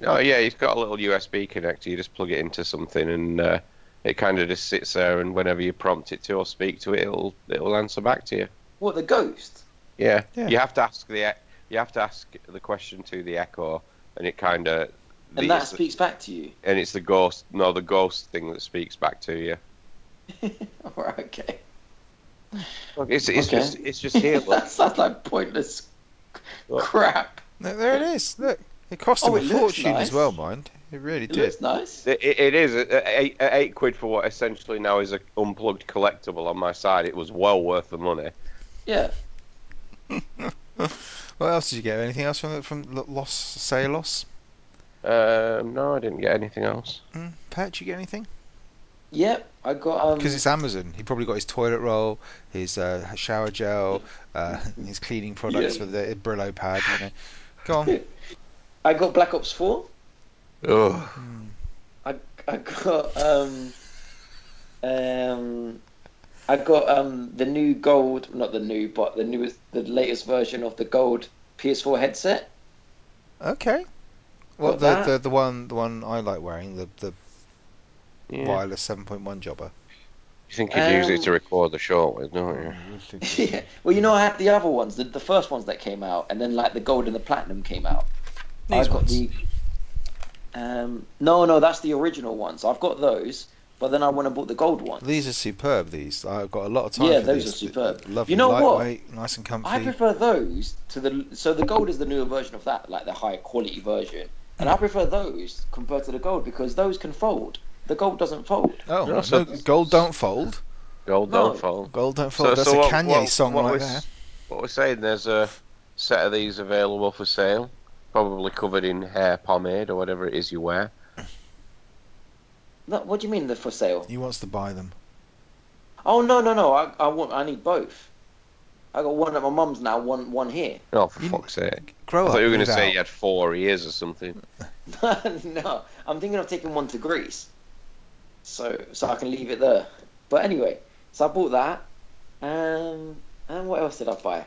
C: Oh yeah, it's got a little USB connector. You just plug it into something, and uh, it kind of just sits there. And whenever you prompt it to or speak to it, it'll it'll answer back to you.
D: what? The ghost.
C: Yeah.
B: Yeah.
C: You have to ask the you have to ask the question to the Echo, and it kind of
D: And that speaks back to you.
C: and it's the ghost no the ghost thing that speaks back to you
D: All right, okay.
C: it's, it's
D: Okay.
C: just it's just here look.
D: that sounds like pointless
C: Look.
D: crap.
B: No, there it is. Look, it cost him
D: Oh, it
B: a
D: looks
B: fortune
D: nice.
B: as well, mind. It really
D: It
B: did.
D: looks nice.
C: It, it- it is at eight, at eight quid for what essentially now is a unplugged collectible on my side it was well worth the money
D: Yeah.
B: What else did you get? Anything else from the, from L- Los Salos?
C: um, no I didn't get anything else
B: Mm, Pat, you get anything?
D: Yep. I got um.
B: Because it's Amazon. He probably got his toilet roll, his uh, shower gel, uh, his cleaning products
D: Yeah.
B: with the Brillo pad. You know. Go on.
D: I got Black Ops Four.
C: Ugh.
D: I I got um. Um. I got um the new gold, not the new, but the newest, the latest version of the gold PS4 headset.
B: Okay. Well,
D: Got
B: the,
D: that.
B: the the one the one I like wearing the the
C: Yeah.
B: wireless 7.1 jobber.
C: you think you'd use it
D: Um,
C: to record the short with don't you
D: yeah. Well, you know, I had the other ones, the, the first ones that came out, and then like the gold and the platinum came out.
B: These
D: I've got
B: ones.
D: the. Um, no, no, that's the original ones. I've got those, but then I went and bought the gold one.
B: These are superb. These I've got a lot of time.
D: Yeah,
B: for
D: those
B: these.
D: are superb.
B: Lovely,
D: You know what?
B: lightweight, nice and comfy.
D: I prefer those to the so the gold is the newer version of that, like the higher quality version, and I prefer those compared to the gold because those can fold. The gold doesn't fold.
B: oh,
C: No,
B: no,
C: so-
B: gold don't fold.
C: Gold
D: No.
C: don't fold.
B: Gold don't fold. That's a Kanye song right
C: we're,
B: there.
C: s- What we're saying, there's a set of these available for sale, probably covered in hair pomade or whatever it is you wear.
D: No, what do you mean they're for sale?
B: He wants to buy them.
D: Oh no no no! I, I want I need both. I got one at my mum's now, one one here.
C: Oh, for
B: You-
C: fuck's sake.
B: Grow
C: I
B: up.
C: thought you were going
B: move
C: to say
B: out.
C: you had four ears or something.
D: no, I'm thinking of taking one to Greece, so so I can leave it there. But anyway, so I bought that, and and what else did I buy?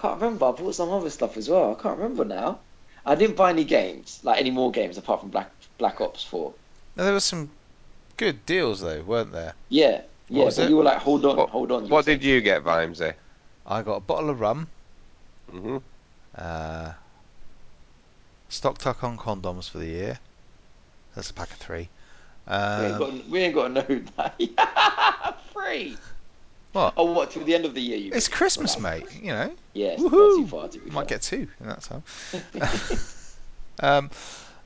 D: Can't remember. I bought some other stuff as well. I can't remember now. I didn't buy any games, like any more games apart from Black Black Ops Four.
B: Now, there were some good deals though, weren't there?
D: Yeah, yeah.
B: was
D: But
B: it?
D: you were like, hold on,
C: What-
D: hold on.
C: What did you get, Vimesy?
B: I got a bottle of rum,
C: Mm-hmm.
B: uh, stock tuck on condoms for the year. That's a pack of three.
D: We ain't
B: Um,
D: got, we ain't got to know that. Free.
B: What?
D: Oh, what? Till the end of the year, you.
B: it's
D: mean?
B: Christmas,
D: Well,
B: mate. You know,
D: Yes.
B: Woohoo!
D: Not too far to be
B: might
D: fair.
B: get two in that time. Um,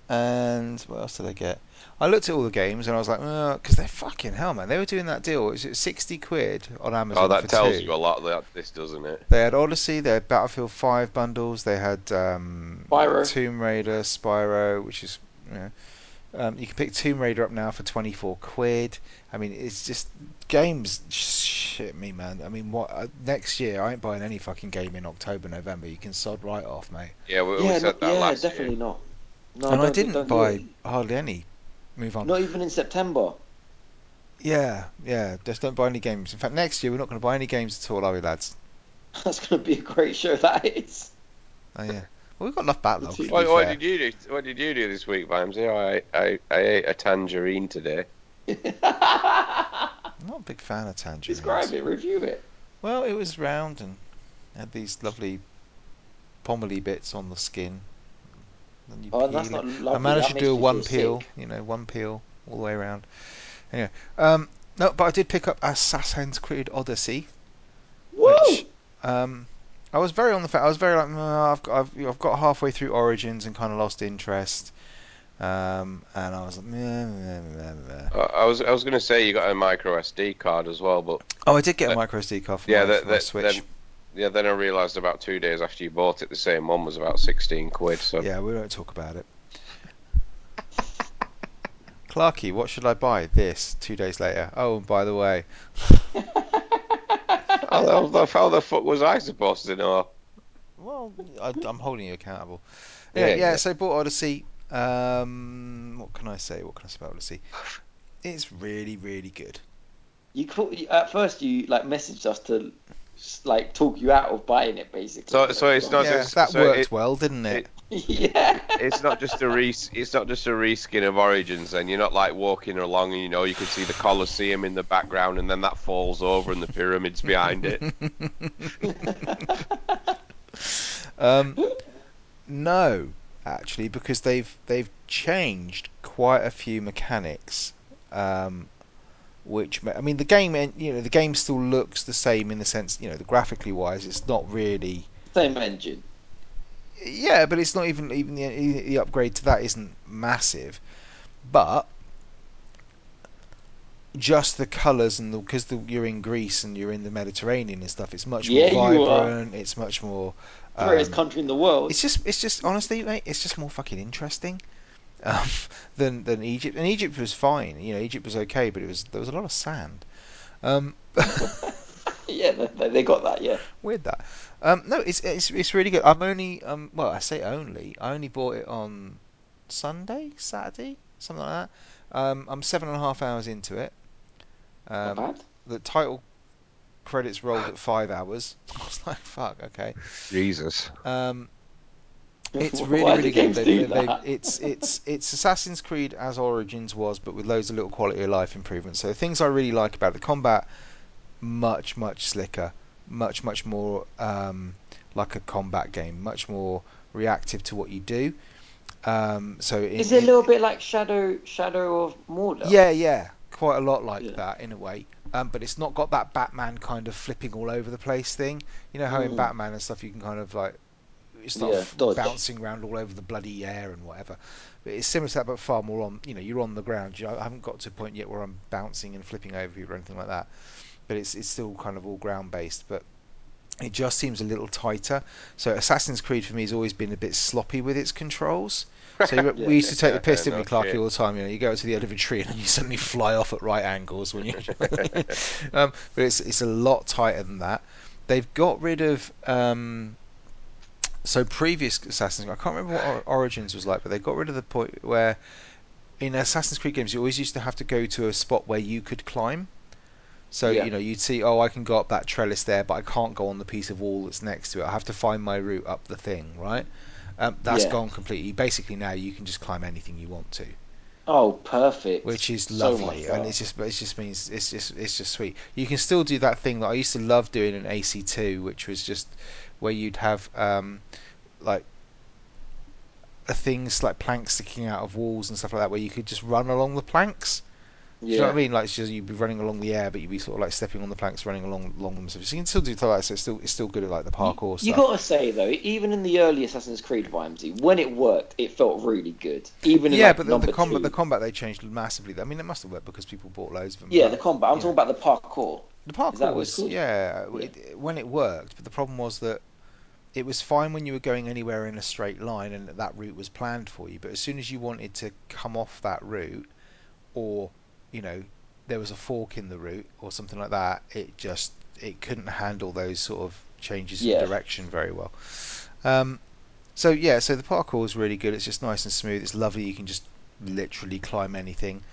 B: and what else did I get? I looked at all the games and I was like, because they're fucking hell, man. They were doing that deal. It was at 60 quid on Amazon.
C: Oh, that
B: for
C: tells
B: two.
C: you a lot, that, this, doesn't it?
B: They had Odyssey, they had Battlefield 5 bundles, they had um,
D: Spyro.
B: Tomb Raider, Spyro, which is. You, know, um, you can pick Tomb Raider up now for 24 quid. I mean, it's just. Games shit me, man. I mean, what uh, next year? I ain't buying any fucking game in October, November. You can sod right off, mate.
C: Yeah, we, we
D: yeah,
C: said
D: not,
C: that
D: yeah,
C: last
D: definitely
C: year.
D: not. No,
B: and I
D: don't do-
B: didn't
D: don't do
B: buy
D: it.
B: hardly any. Move on.
D: Not even in September.
B: Yeah, yeah. Just don't buy any games. In fact, next year we're not going to buy any games at all, are we, lads?
D: That's going to be a great show. That is.
B: Oh yeah. Well, we've got enough backlog. to be
C: What, what
B: fair.
C: did you do? What did you do this week, Vimesy? I, I, I ate a tangerine today.
B: I'm not a big fan of tangerines.
D: Describe it. Review it.
B: Well, it was round and had these lovely pommely bits on the skin. And you
D: Oh, and that's
B: peel it.
D: not lovely.
B: I managed
D: that
B: to
D: makes
B: do a
D: me
B: one
D: feel
B: peel,
D: sick.
B: you know, one peel all the way around. Anyway, um, no, but I did pick up Assassin's Creed Odyssey.
D: Woo!
B: Which- Um, I was very on the fact. I was very like, "Nah, I've, got, I've, I've got halfway through Origins and kind of lost interest. Um, and I was like, meh, meh, meh, meh.
C: Uh, I was I was going to say you got a micro SD card as well, but
B: oh, I did get a
C: Uh,
B: micro SD card for
C: yeah,
B: my,
C: that-
B: for my
C: that-
B: Switch.
C: then- yeah, then I realised about two days after you bought it, the same one was about sixteen quid. So
B: Yeah, we won't talk about it. Clarky, what should I buy? This two days later. Oh, and by the way,
C: how, the, how the- how the fuck was I supposed to know?
B: well, I, I'm holding you accountable.
C: Yeah,
B: Yeah, yeah,
C: yeah.
B: So bought Odyssey. Um, what can I say? What can I say about Odyssey? It's really, really good.
D: You call, you- at first you like messaged us to like talk you out of buying it basically.
C: So- so it's not-
B: yeah,
C: so-
B: that
C: so
B: worked
C: it-
B: well, didn't it?
C: it-
D: yeah.
C: It's not just a re it's not just a reskin of Origins, and you're not like walking along and you know you can see the Colosseum in the background, and then that falls over and the pyramids behind it.
B: Um, no, actually, because they've they've changed quite a few mechanics. Um, which ma- I mean, the game en- you know the game still looks the same in the sense you know the graphically wise, it's not really
D: Same engine.
B: yeah, but it's not even even the, the upgrade to that isn't massive, but just the colours and because the, you're in Greece and you're in the Mediterranean and stuff, it's much
D: Yeah,
B: more
D: you are.
B: vibrant. It's much more.
D: Greatest
B: um,
D: country in the world.
B: it's just, it's just honestly, mate. It's just more fucking interesting um, than than Egypt. And Egypt was fine. You know, Egypt was okay, but it was there was a lot of sand. Um,
D: Yeah, they- they, they got that. Yeah.
B: weird that. Um, no, it's it's it's really good. I'm only um well, I say only. I only bought it on Sunday, Saturday, something like that. Um, I'm seven and a half hours into it.
D: Not
B: Um,
D: bad.
B: the title credits rolled at five hours. I was like, fuck, okay.
C: Jesus.
B: Um, It's
D: Why
B: really,
D: do
B: really good.
D: games
B: They, they,
D: do
B: they,
D: that?
B: it's, it's, it's Assassin's Creed as Origins was, but with loads of little quality of life improvements. So things I really like about it, the combat, much, much slicker, much, much more um, like a combat game, much more reactive to what you do. Um, so in,
D: Is it a
B: in-
D: little bit like Shadow Shadow of Mordor?
B: Yeah, yeah, quite a lot like
D: Yeah.
B: that in a way. Um, but it's not got that Batman kind of flipping all over the place thing. You know how in
D: Mm.
B: Batman and stuff you can kind of like it's not
D: Yeah,
B: f-
D: dodge.
B: bouncing around all over the bloody air and whatever. But it's similar to that, but far more on. You know, you're on the ground. You, I haven't got to a point yet where I'm bouncing and flipping over people or anything like that. But it's it's still kind of all ground based. But it just seems a little tighter. So Assassin's Creed for me has always been a bit sloppy with its controls. So you-
D: Yeah.
B: we used to take the piss,
C: Yeah,
B: didn't we,
C: no
B: Clarky,
C: shit.
B: all the time? You know, you go to the end of a tree and you suddenly fly off at right angles when you. um, but it's it's a lot tighter than that. They've got rid of. Um, so previous Assassin's Creed, I can't remember what Or- Origins was like, but they got rid of the point where in Assassin's Creed games you always used to have to go to a spot where you could climb. So
D: Yeah.
B: you know you'd see, oh, I can go up that trellis there, but I can't go on the piece of wall that's next to it. I have to find my route up the thing, right? Um, that's
D: Yeah.
B: gone completely. Basically now you can just climb anything you want to,
D: Oh, perfect.
B: which is
D: So much
B: lovely,
D: better.
B: and it's just it just means it's just it's just sweet. You can still do that thing that I used to love doing in AC2, which was just where you'd have um, like uh, things like planks sticking out of walls and stuff like that, where you could just run along the planks. Do you know what I mean? Like, so you'd be running along the air, but you'd be sort of like stepping on the planks, running along along them. So you can still do that. So it's still it's still good at like the parkour
D: You
B: stuff.
D: gotta say though, even in the early Assassin's Creed Vimesy, when it worked, it felt really good. Even in
B: yeah,
D: like,
B: but the,
D: number
B: the combat
D: two.
B: the combat they changed massively. I mean, it must have worked because people bought loads of them.
D: yeah,
B: but
D: the combat. I'm
B: Yeah.
D: talking about the parkour.
B: the
D: is that
B: parkour
D: what
B: was
D: it's called?
B: yeah, It, when it worked, but the problem was that it was fine when you were going anywhere in a straight line and that route was planned for you. But as soon as you wanted to come off that route, or you know, there was a fork in the route or something like that, it just it couldn't handle those sort of changes
D: Yeah.
B: in direction very well. Um, so yeah, so the parkour is really good. It's just nice and smooth. It's lovely. You can just literally climb anything.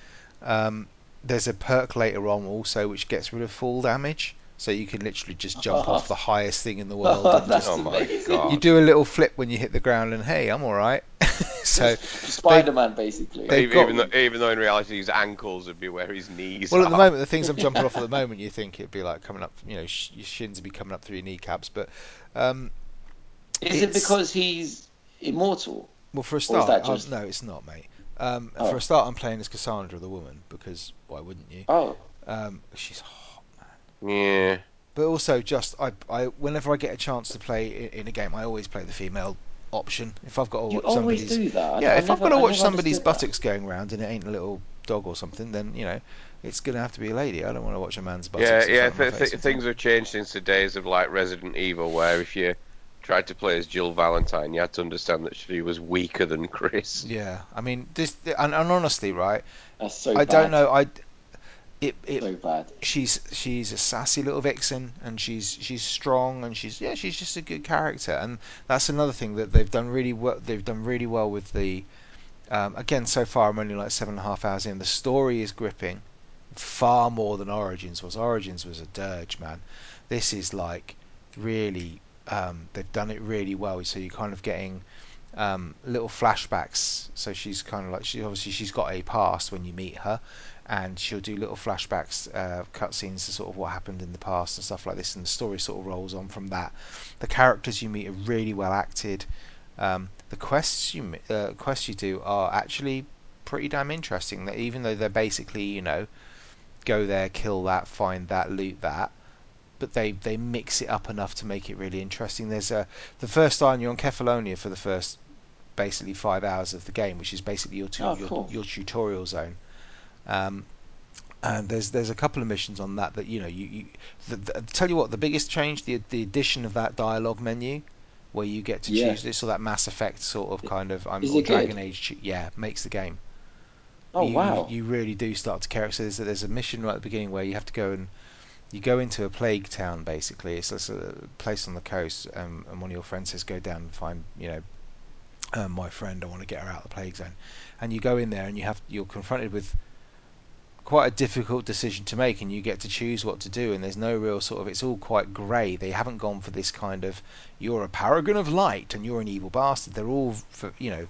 B: Um, there's a perk later on also which gets rid of fall damage, so you can literally just jump off the highest thing in the world. and
D: That's
C: oh my
D: amazing.
B: you
C: god.
B: do a little flip when you hit the ground, and hey, I'm all right. so
D: Spider-Man, basically.
B: They've
C: even,
B: got-
C: even, though, even though in reality his ankles would be where his knees
B: Well, at the
C: are.
B: moment, the things I'm jumping off at the moment, you think it'd be like coming up, you know, sh- your shins would be coming up through your kneecaps. But, um,
D: Is it
B: it's-
D: because he's immortal?
B: well, for a
D: Or is
B: start,
D: that
B: I'm-
D: just-
B: no, it's not, mate. Um,
D: Oh.
B: For a start, I'm playing as Cassandra the woman because why wouldn't you?
D: Oh,
B: Um, she's hot.
C: Yeah.
B: But also, just I, I, whenever I get a chance to play i- in a game, I always play the female option. If I've got to
D: you
B: watch somebody's,
D: always do that. I-
B: yeah,
D: I
B: if I've
D: never-
B: got to
D: I
B: watch
D: never
B: somebody's
D: understood that.
B: buttocks going round and it ain't a little dog or something, then you know, it's gonna have to be a lady. I don't want to watch a man's buttocks.
C: Yeah,
B: in
C: yeah.
B: front of my
C: Th-
B: face
C: th-
B: all the time.
C: things have changed since the days of like Resident Evil, where if you tried to play as Jill Valentine, you had to understand that she was weaker than Chris.
B: Yeah, I mean, this, and, and honestly, right?
D: That's so
B: I
D: bad.
B: don't know. I, it, it,
D: So bad.
B: she's she's a sassy little vixen, and she's she's strong, and she's yeah, she's just a good character, and that's another thing that they've done really well. They've done really well with the, um, again, so far I'm only like seven and a half hours in. The story is gripping, far more than Origins was. Origins was a dirge, man. This is like really, um, they've done it really well. So you're kind of getting um, little flashbacks. So she's kind of like she obviously she's got a past when you meet her, and she'll do little flashbacks, uh, cutscenes to sort of what happened in the past and stuff like this. And the story sort of rolls on from that. The characters you meet are really well acted. Um, the quests you mi- uh, quests you do are actually pretty damn interesting. That even though they're basically you know go there, kill that, find that, loot that. But they, they mix it up enough to make it really interesting. There's a the first time you're on Kefalonia for the first basically five hours of the game, which is basically your tu-
D: Oh,
B: your,
D: cool.
B: your tutorial zone. Um, and there's there's a couple of missions on that that you know you, you the, the, tell you what the biggest change the the addition of that dialogue menu where you get to
D: Yeah.
B: choose this or that Mass Effect sort of kind of I'm
D: Is
B: or
D: it good?
B: Dragon Age ch- yeah makes the game
D: Oh
B: you, you-
D: wow.
B: You, really do start to care. So there's, there's a mission right at the beginning where you have to go and you go into a plague town. Basically, it's, it's a place on the coast, um, and one of your friends says, "Go down and find you know um, my friend. I want to get her out of the plague zone." And you go in there, and you have you're confronted with quite a difficult decision to make, and you get to choose what to do. And there's no real sort of it's all quite grey. They haven't gone for this kind of you're a paragon of light and you're an evil bastard. They're all for you know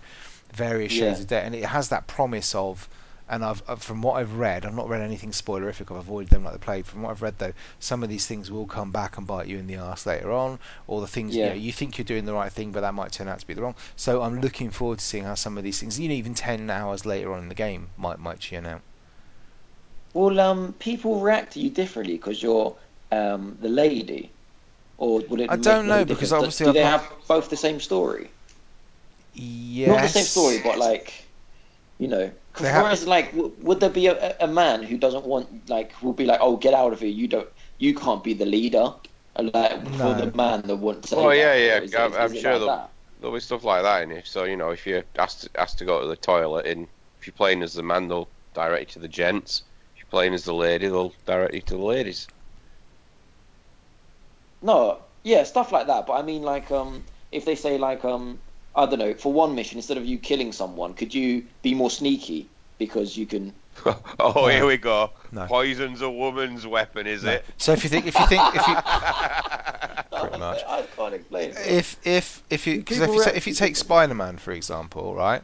B: various shades
D: Yeah.
B: of debt, and it has that promise of. And I've uh, from what I've read, I've not read anything spoilerific. I've avoided them like the plague. From what I've read, though, some of these things will come back and bite you in the arse later on, or the things you
D: Yeah.
B: know you think you're doing the right thing, but that might turn out to be the wrong. So I'm looking forward to seeing how some of these things, you know, even ten hours later on in the game, might might turn out.
D: Will um, people react to you differently because you're um, the lady, or would it?
B: I
D: make
B: don't
D: no
B: know, because
D: difference?
B: obviously
D: Do- do
B: I've
D: they
B: not-
D: have both the same story?
B: Yes.
D: Not the same story, but like, you know, 'cause
B: They have-
D: whereas like, w- would there be a, a a man who doesn't want like who'll be like, oh, get out of here, you don't, you can't be the leader, And, like
B: No.
D: for the man that wouldn't say.
C: Oh,
D: that,
C: yeah, yeah,
D: or is it-
C: I'm-
D: is-
C: I'm
D: is it
C: sure
D: like
C: they'll-
D: that?
C: There'll be stuff like that in it. So you know, if you're asked to, asked to go to the toilet, and if you're playing as the man, they'll direct you to the gents. If you're playing as the lady, they'll direct you to the ladies.
D: No, yeah, stuff like that. But I mean, like, um, if they say like, um, I don't know, for one mission instead of you killing someone, could you be more sneaky because you can?
C: oh, here we go.
B: No.
C: Poison's a woman's weapon, is
B: No.
C: it?
B: So if you think, if you think, if you Pretty much.
D: I can't explain. It.
B: if if if you cause if
D: people
B: you, ta-
D: rep-
B: if you take Spider-Man for example, right?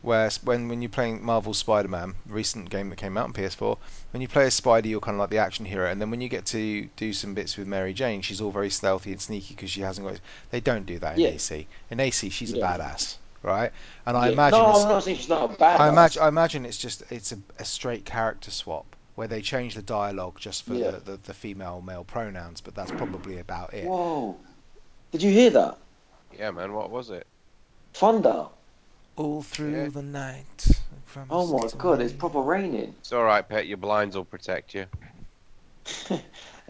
B: Where s- when when you're playing Marvel Spider-Man, recent game that came out on PS4, when you play as Spidey, you're kind of like the action hero, and then when you get to do some bits with Mary Jane, she's all very stealthy and sneaky because she hasn't got. They don't do that in
D: Yeah.
B: AC. In AC, she's
D: Yeah.
B: a badass, right? And I
D: Yeah.
B: imagine
D: No,
B: it's-
D: I'm not saying she's not a bad.
B: I imagine, I imagine it's just it's a, a straight character swap where they change the dialogue just for
D: Yeah.
B: the, the, the female male pronouns, but that's probably about it.
D: Whoa! Did you hear that?
C: Yeah, man. What was it?
D: Thunder!
B: All through
C: Yeah.
B: the night. from
D: Oh my
B: us to
D: god, it's
B: me.
D: proper raining.
C: It's all right, pet. Your blinds will protect you.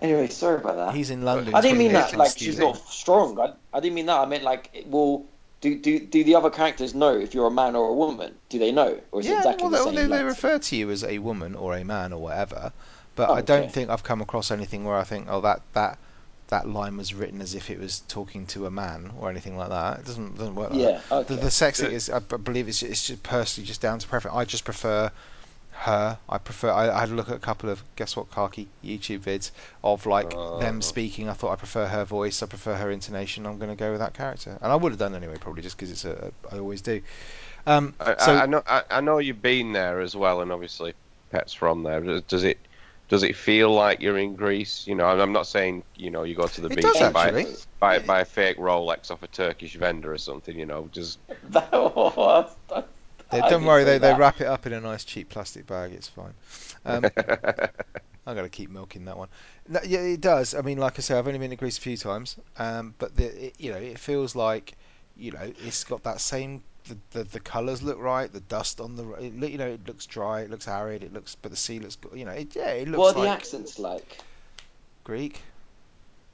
D: Anyway, sorry about that.
B: He's in London.
D: I
B: he's
D: didn't
B: probably
D: mean that.
B: watching
D: Like
B: this
D: she's
B: TV.
D: not strong. I, I didn't mean that. I meant like, it will do do do the other characters know if you're a man or a woman? Do they know, or is it
B: Yeah,
D: exactly
B: well,
D: the
B: they,
D: same?
B: they, they
D: like-
B: refer to you as a woman or a man or whatever, but
D: Oh,
B: I don't
D: okay.
B: think I've come across anything where I think, oh, that that that line was written as if it was talking to a man or anything like that. It doesn't doesn't work like that.
D: yeah. Okay.
B: The, the sex thing
C: Yeah.
B: is, I b- believe, it's, it's just personally just down to preference. I just prefer her. I prefer. I, I had a look at a couple of guess what, Kaki YouTube vids of like
C: Oh.
B: them speaking. I thought I prefer her voice. I prefer her intonation. I'm going to go with that character, and I would have done anyway, probably just because it's a, a. I always do. Um,
C: I,
B: so
C: I, I know. I, I know you've been there as well, and obviously, pet's from there. Does- Does it? Does it feel like you're in Greece? You know, I'm I'm not saying you know you go to the
B: It
C: beach
B: does
C: and buy,
B: actually.
C: buy buy a fake Rolex off a Turkish vendor or something. You know, just
D: That was-
B: they,
D: I
B: don't
D: did
B: worry,
D: say
B: they, they
D: that.
B: wrap it up in a nice cheap plastic bag. It's fine. Um, I'm gonna keep milking that one. No, yeah, it does. I mean, like I say, I've only been to Greece a few times, um, but the it, you know it feels like you know it's got that same the, the, the colours look right, the dust on the r- it, look- you know it looks dry, it looks arid, it looks but the sea looks go- you know it, yeah it looks
D: what are the
B: like
D: accents like?
B: Greek.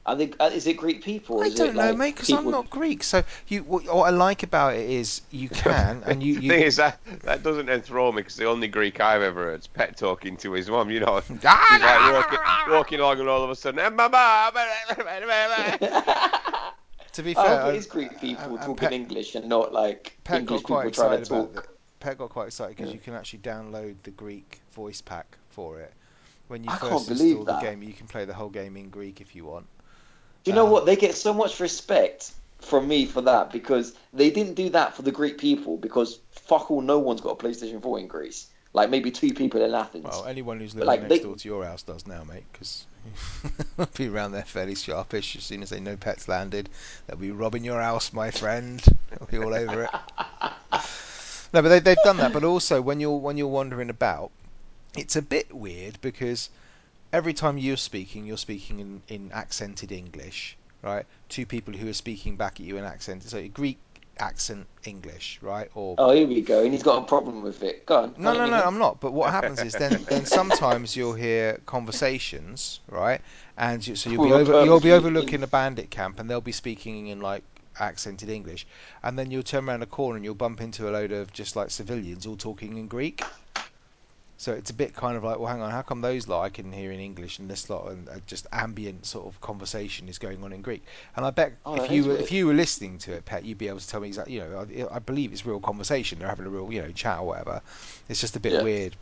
D: Are they, uh, is it Greek people? Or
B: I
D: is
B: don't
D: it,
B: know,
D: like,
B: mate, because I'm
D: people-
B: not Greek. So you what, what I like about it is you can and you,
C: the
B: you
C: thing is that that doesn't enthrall me because the only Greek I've ever heard is pet talking to his mum. You know, she's like walking, walking along and all of a sudden, "Eh, mama,
B: to be fair,
D: I hope
B: I-
D: it is Oh, Greek people
B: and- and
D: talking
B: Pet-
D: English and not like
B: Pet
D: English
B: got quite
D: people trying to
B: excited
D: talk.
B: about it. Pet got quite excited because
D: Yeah.
B: you can actually download the Greek voice pack for it. When you
D: I can't
B: first
D: believe
B: install the
D: that.
B: game, you can play the whole game in Greek if you want.
D: Do you know
B: Um,
D: what? They get so much respect from me for that because they didn't do that for the Greek people because fuck all, no one's got a PlayStation 4 in Greece. Like maybe two people in Athens.
B: Well, anyone who's
D: But,
B: living
D: like,
B: next
D: they-
B: door to your house does now, mate, because they'll be around there fairly sharpish. As soon as they know pets landed, they'll be robbing your house, my friend. They'll be all over it. No, but they, they've done that. But also, when you're when you're wandering about, it's a bit weird because every time you're speaking, you're speaking in, in accented English, right? Two people who are speaking back at you in accent, so Greek accent English, right? Or
D: oh, here we go. And he's got a problem with it. Go on.
B: no,
D: Go
B: no,
D: on,
B: no,
D: Ian.
B: I'm not. But what happens is then, then sometimes you'll hear conversations, right? And you, so you'll be
D: Well,
B: over, you'll
D: purposely
B: be overlooking
D: in-
B: a bandit camp, and they'll be speaking in like accented English, and then you'll turn around a corner and you'll bump into a load of just like civilians all talking in Greek. So it's a bit kind of like, well, hang on, how come those lot I can hear in English and this lot and uh, just ambient sort of conversation is going on in Greek? And I bet
D: Oh,
B: if
D: that
B: you
D: is
B: were,
D: weird.
B: if you were listening to it, Pet, you'd be able to tell me exactly. You know, I, I believe it's real conversation. They're having a real, you know, chat or whatever. It's just a bit
D: Yeah.
B: weird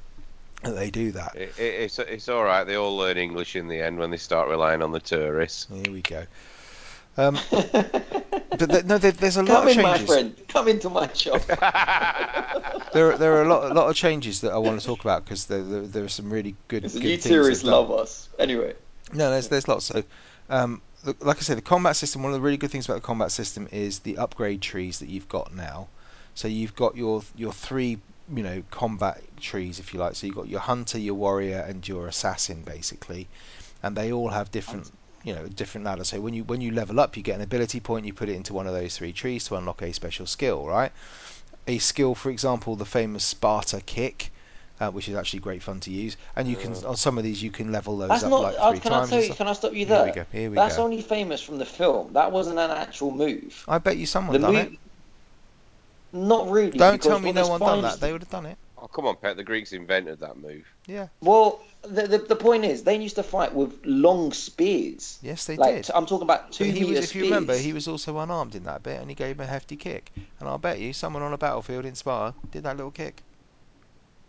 B: that they do that.
C: it, it, it's it's all right. They all learn English in the end when they start relying on the tourists.
B: Here we go. Um, but th no, there, there's a lot
D: Come
B: of
D: in, my
B: changes.
D: friend. Come into my shop.
C: Oh,
B: There, are- there are a lot, a lot of changes that I want to talk about because there, there, there are some really good. good
D: you
B: things they've
D: tourists
B: done.
D: love us. Anyway.
B: No, there's there's lots. So, um, the, like I said, the combat system. One of the really good things about the combat system is the upgrade trees that you've got now. So you've got your your three you know combat trees if you like. So you've got your hunter, your warrior, and your assassin basically, and they all have different you know different ladder. So when you when you level up, you get an ability point. You put it into one of those three trees to unlock a special skill, right? A skill, for example, the famous Sparta kick, uh, which is actually great fun to use. And you can on some of these you can level those
D: Uh. That's
B: up
D: not.
B: like
D: uh,
B: three
D: can I
B: times. and
D: tell you?
B: stuff.
D: Can I stop
B: Here
D: you there?
B: we go. Here we
D: That's
B: go.
D: only famous from the film. That wasn't an actual move.
B: I bet you someone
D: The
B: done
D: move.
B: it.
D: Not really.
B: Don't
D: because
B: tell me
D: when
B: no
D: it's
B: one done
D: finally-
B: that. They would have done it.
C: Oh, come on, Pet. The Greeks invented that move.
D: Well, the, the the point is, they used to fight with long spears.
B: Yes, they
D: like
B: did.
D: t- I'm talking about two
B: But he
D: meter
B: was, if you remember,
D: spears.
B: he was also unarmed in that bit, and he gave him a hefty kick. And I'll bet you, someone on a battlefield in Spa did that little kick.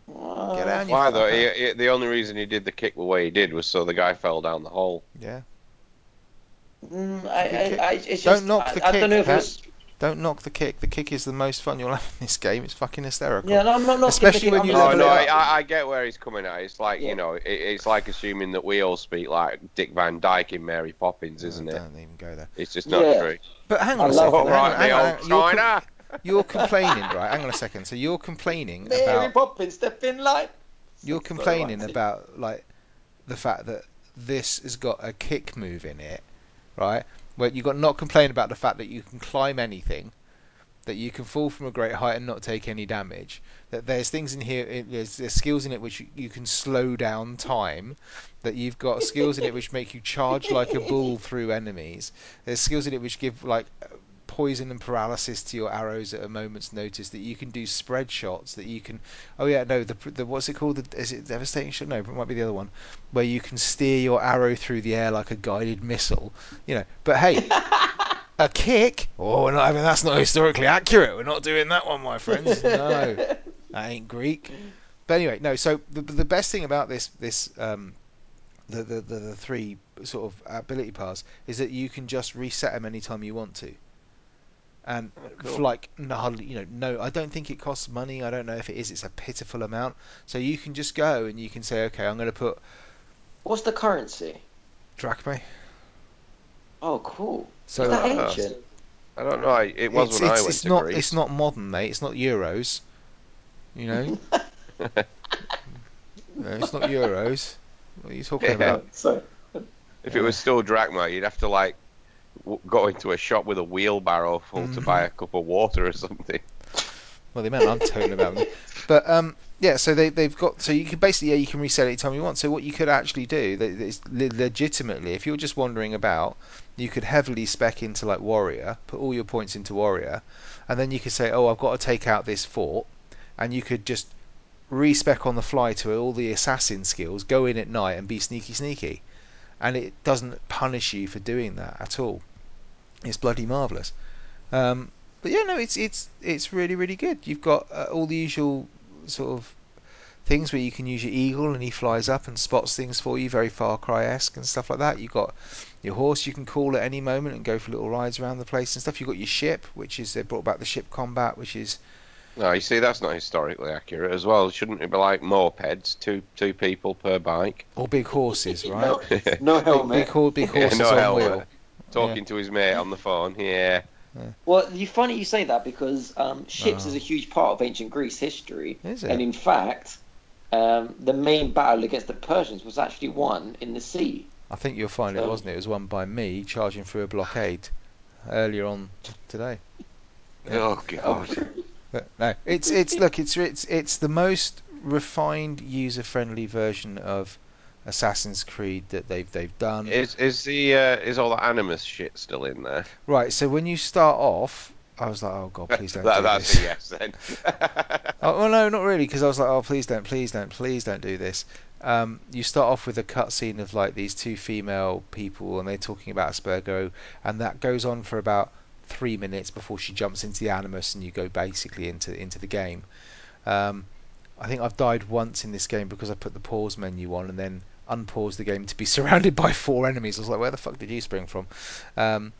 D: Uh,
B: Get down, you
C: Why though?
B: fucker.
C: He, he- the only reason he did the kick the way he did was so the guy fell down the hole.
B: Yeah.
D: mm, I, I,
B: kick.
D: I, it's just,
B: Don't knock
D: I,
B: the
D: I don't know
B: kick,
D: if it was.
B: Don't knock the kick. The kick is the most fun you'll have in this game. It's fucking hysterical.
D: Yeah, no, I'm not knocking the
B: Especially
D: kick,
B: when
D: I'm
B: you
D: just-
C: Oh
B: level
C: no, I,
B: it
C: I I get where he's coming at. It's like
D: Yeah.
C: you know, it, it's like assuming that we all speak like Dick Van Dyke in Mary Poppins, isn't it?
B: Don't even go there.
C: It's just not
D: Yeah.
C: true.
B: But hang
D: I
B: on a second.
D: love it.
B: Hang
C: All
B: on,
C: right,
B: hang
C: me
B: on,
C: old
B: hang on. You're, com-
C: China.
B: you're complaining, right? Hang on a second. So you're complaining
D: Mary
B: about
D: Poppins, the thin line.
B: you're
D: That's not the right
B: complaining
D: thing.
B: about like the fact that this has got a kick move in it, right? Where you got not complain about the fact that you can climb anything, that you can fall from a great height and not take any damage. That there's things in here, it, there's, there's skills in it which you, you can slow down time. That you've got skills in it which make you charge like a bull through enemies. There's skills in it which give like poison and paralysis to your arrows at a moment's notice. That you can do spread shots. That you can Oh yeah, no. The, the what's it called? The, is it devastating shot? No, it might be the other one, where you can steer your arrow through the air like a guided missile. You know, but hey, a kick? Oh, we're not having. That's not historically accurate. We're not doing that one, my friends. No, that ain't Greek. But anyway, no. So the the best thing about this this um, the, the the the three sort of ability paths is that you can just reset them anytime you want to. And for like no, hardly, you know, no, I don't think it costs money. I don't know if it is. It's a pitiful amount. So you can just go and you can say, okay, I'm going to put
D: What's the currency?
B: drachma.
D: Oh, cool.
B: So
D: Is that
C: uh,
D: ancient?
C: I don't know. I- It was
B: it's,
C: when I
B: it's,
C: went
B: it's
C: to
B: not
C: Greece.
B: it's not modern, mate. It's not euros. You know, No, it's not euros. What are you talking
C: Yeah.
B: about?
D: Sorry.
C: If it was still drachma, you'd have to like w- go into a shop with a wheelbarrow full to
B: Mhm.
C: buy a cup of water or something.
B: Well, the amount I'm talking about. But um, yeah, so they they've got so you can basically yeah you can reset it anytime you want. So what you could actually do that is le- legitimately, if you're just wandering about, you could heavily spec into like warrior, put all your points into warrior, and then you could say, oh, I've got to take out this fort, and you could just respec on the fly to all the assassin skills, go in at night and be sneaky sneaky, and it doesn't punish you for doing that at all. It's bloody marvelous. Um, but yeah, no, it's it's it's really really good. You've got uh, all the usual sort of things where you can use your eagle and he flies up and spots things for you, very Far Cry esque and stuff like that. You've got your horse you can call at any moment and go for little rides around the place and stuff. You've got your ship, which is they brought back the ship combat, which is
C: No, you see, that's not historically accurate as well. Shouldn't it be like mopeds, two two people per bike?
B: or big horses, right?
D: No, no
B: big, big,
D: helmet.
B: hor- big
C: Yeah,
B: horses
C: no
B: on
C: helmet.
B: wheel.
C: Talking to his mate on the phone. Yeah.
D: Well, you funny you say that because um, ships
B: Oh.
D: is a huge part of ancient Greece history,
B: Is
D: and
B: it?
D: in fact, um, the main battle against the Persians was actually won in the sea.
B: I think you'll find it
D: So-
B: wasn't it? It was won by me charging through a blockade earlier on today.
C: Oh god.
B: But no, it's it's look, it's it's it's the most refined user-friendly version of Assassin's Creed that they've they've done.
C: Is is the uh, is all the animus shit still in there?
B: Right, so when you start off, I was like, oh god, please don't
C: That-
B: do
C: that's
B: this.
C: a yes then.
B: Oh, well, no, not really, because I was like, oh, please don't, please don't, please don't do this. Um, you start off with a cutscene of like these two female people, and they're talking about Aspergo, and that goes on for about three minutes before she jumps into the Animus, and you go basically into into the game. Um, I think I've died once in this game because I put the pause menu on and then unpaused the game to be surrounded by four enemies. I was like, where the fuck did you spring from? Um,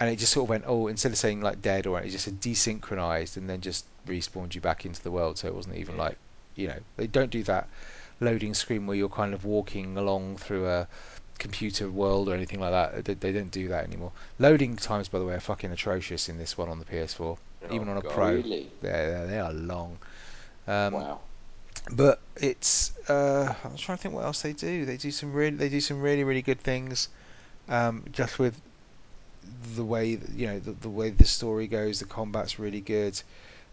B: and it just sort of went, oh, instead of saying like dead or it just said desynchronized and then just respawned you back into the world. So it wasn't even like, you know, they don't do that loading screen where you're kind of walking along through a computer world or anything like that. They, they don't do that anymore. Loading times, by the way, are fucking atrocious in this one on the PS4. even
C: Oh,
B: on a
C: God.
B: pro.
D: Really?
B: Yeah, yeah, they are long. Um,
D: wow.
B: but it's uh, I'm trying to think what else they do. They do some really they do some really really good things, um, just with the way that- you know the, the way the story goes. The combat's really good.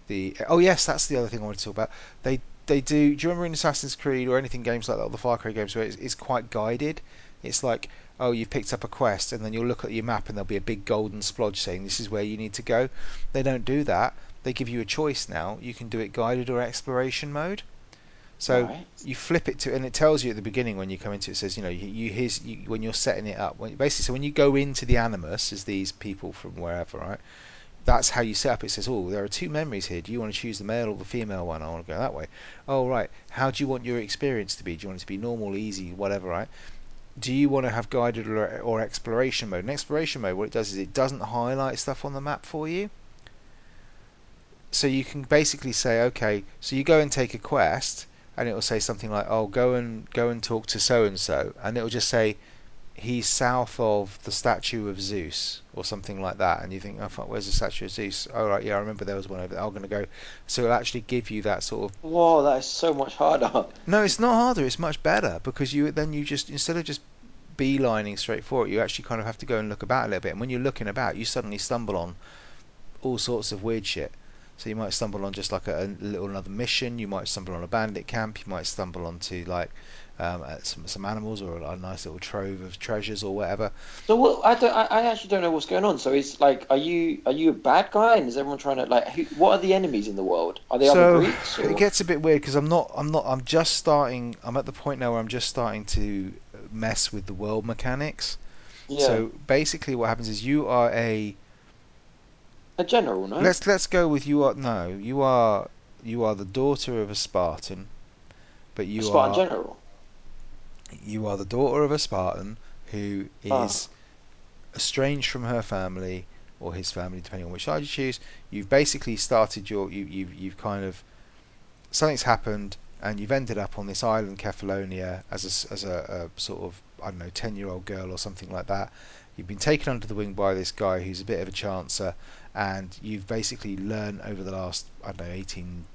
B: The oh yes, that's the other thing I want to talk about. They they do. Do you remember in Assassin's Creed or anything games like that, or the Far Cry games where it's, it's quite guided? It's like oh you've picked up a quest and then you'll look at your map and there'll be a big golden splodge saying this is where you need to go. They don't do that. They give you a choice now. You can do it guided or exploration mode. So
D: Right.
B: you flip it to and it tells you at the beginning when you come into it, it says you know you, you here's you, when you're setting it up when, basically so when you go into the animus is these people from wherever right that's how you set up it says oh there are two memories here do you want to choose the male or the female one I want to go that way oh right how do you want your experience to be do you want it to be normal easy whatever right do you want to have guided or, or exploration mode and exploration mode what it does is it doesn't highlight stuff on the map for you so you can basically say okay so you go and take a quest and it'll say something like, "Oh, go and go and talk to so and so," and it'll just say, "He's south of the statue of Zeus" or something like that. And you think, "Oh, fuck, where's the statue of Zeus?" Oh, right, yeah, I remember there was one over there. I'm gonna go. So it'll actually give you that sort of.
D: Whoa, that is so much harder.
B: No, it's not harder. It's much better because you then you just instead of just beelining straight for it, you actually kind of have to go and look about a little bit. And when you're looking about, you suddenly stumble on all sorts of weird shit. So you might stumble on just like a, a little another mission. You might stumble on a bandit camp. You might stumble onto like um, uh, some some animals or a, a nice little trove of treasures or whatever.
D: So what? I don't. I, I actually don't know what's going on. So it's like, are you are you a bad guy? And is everyone trying to like? Who, what are the enemies in the world? Are they
B: so
D: other Greeks? Or?
B: it gets a bit weird because I'm not I'm not I'm just starting. I'm at the point now where I'm just starting to mess with the world mechanics.
D: yeah.
B: So basically, what happens is you are a
D: a general, no.
B: Let's let's go with you are no, you are you are the daughter of a Spartan, but
D: a
B: you
D: Spartan
B: are
D: general.
B: you are the daughter of a Spartan who
D: Ah.
B: is estranged from her family or his family, depending on which side you choose. You've basically started your you you've you've kind of something's happened and you've ended up on this island Kefalonia as a s- as a, a sort of I don't know ten year old girl or something like that. You've been taken under the wing by this guy who's a bit of a chancer, and you've basically learned over the last I don't know eighteen,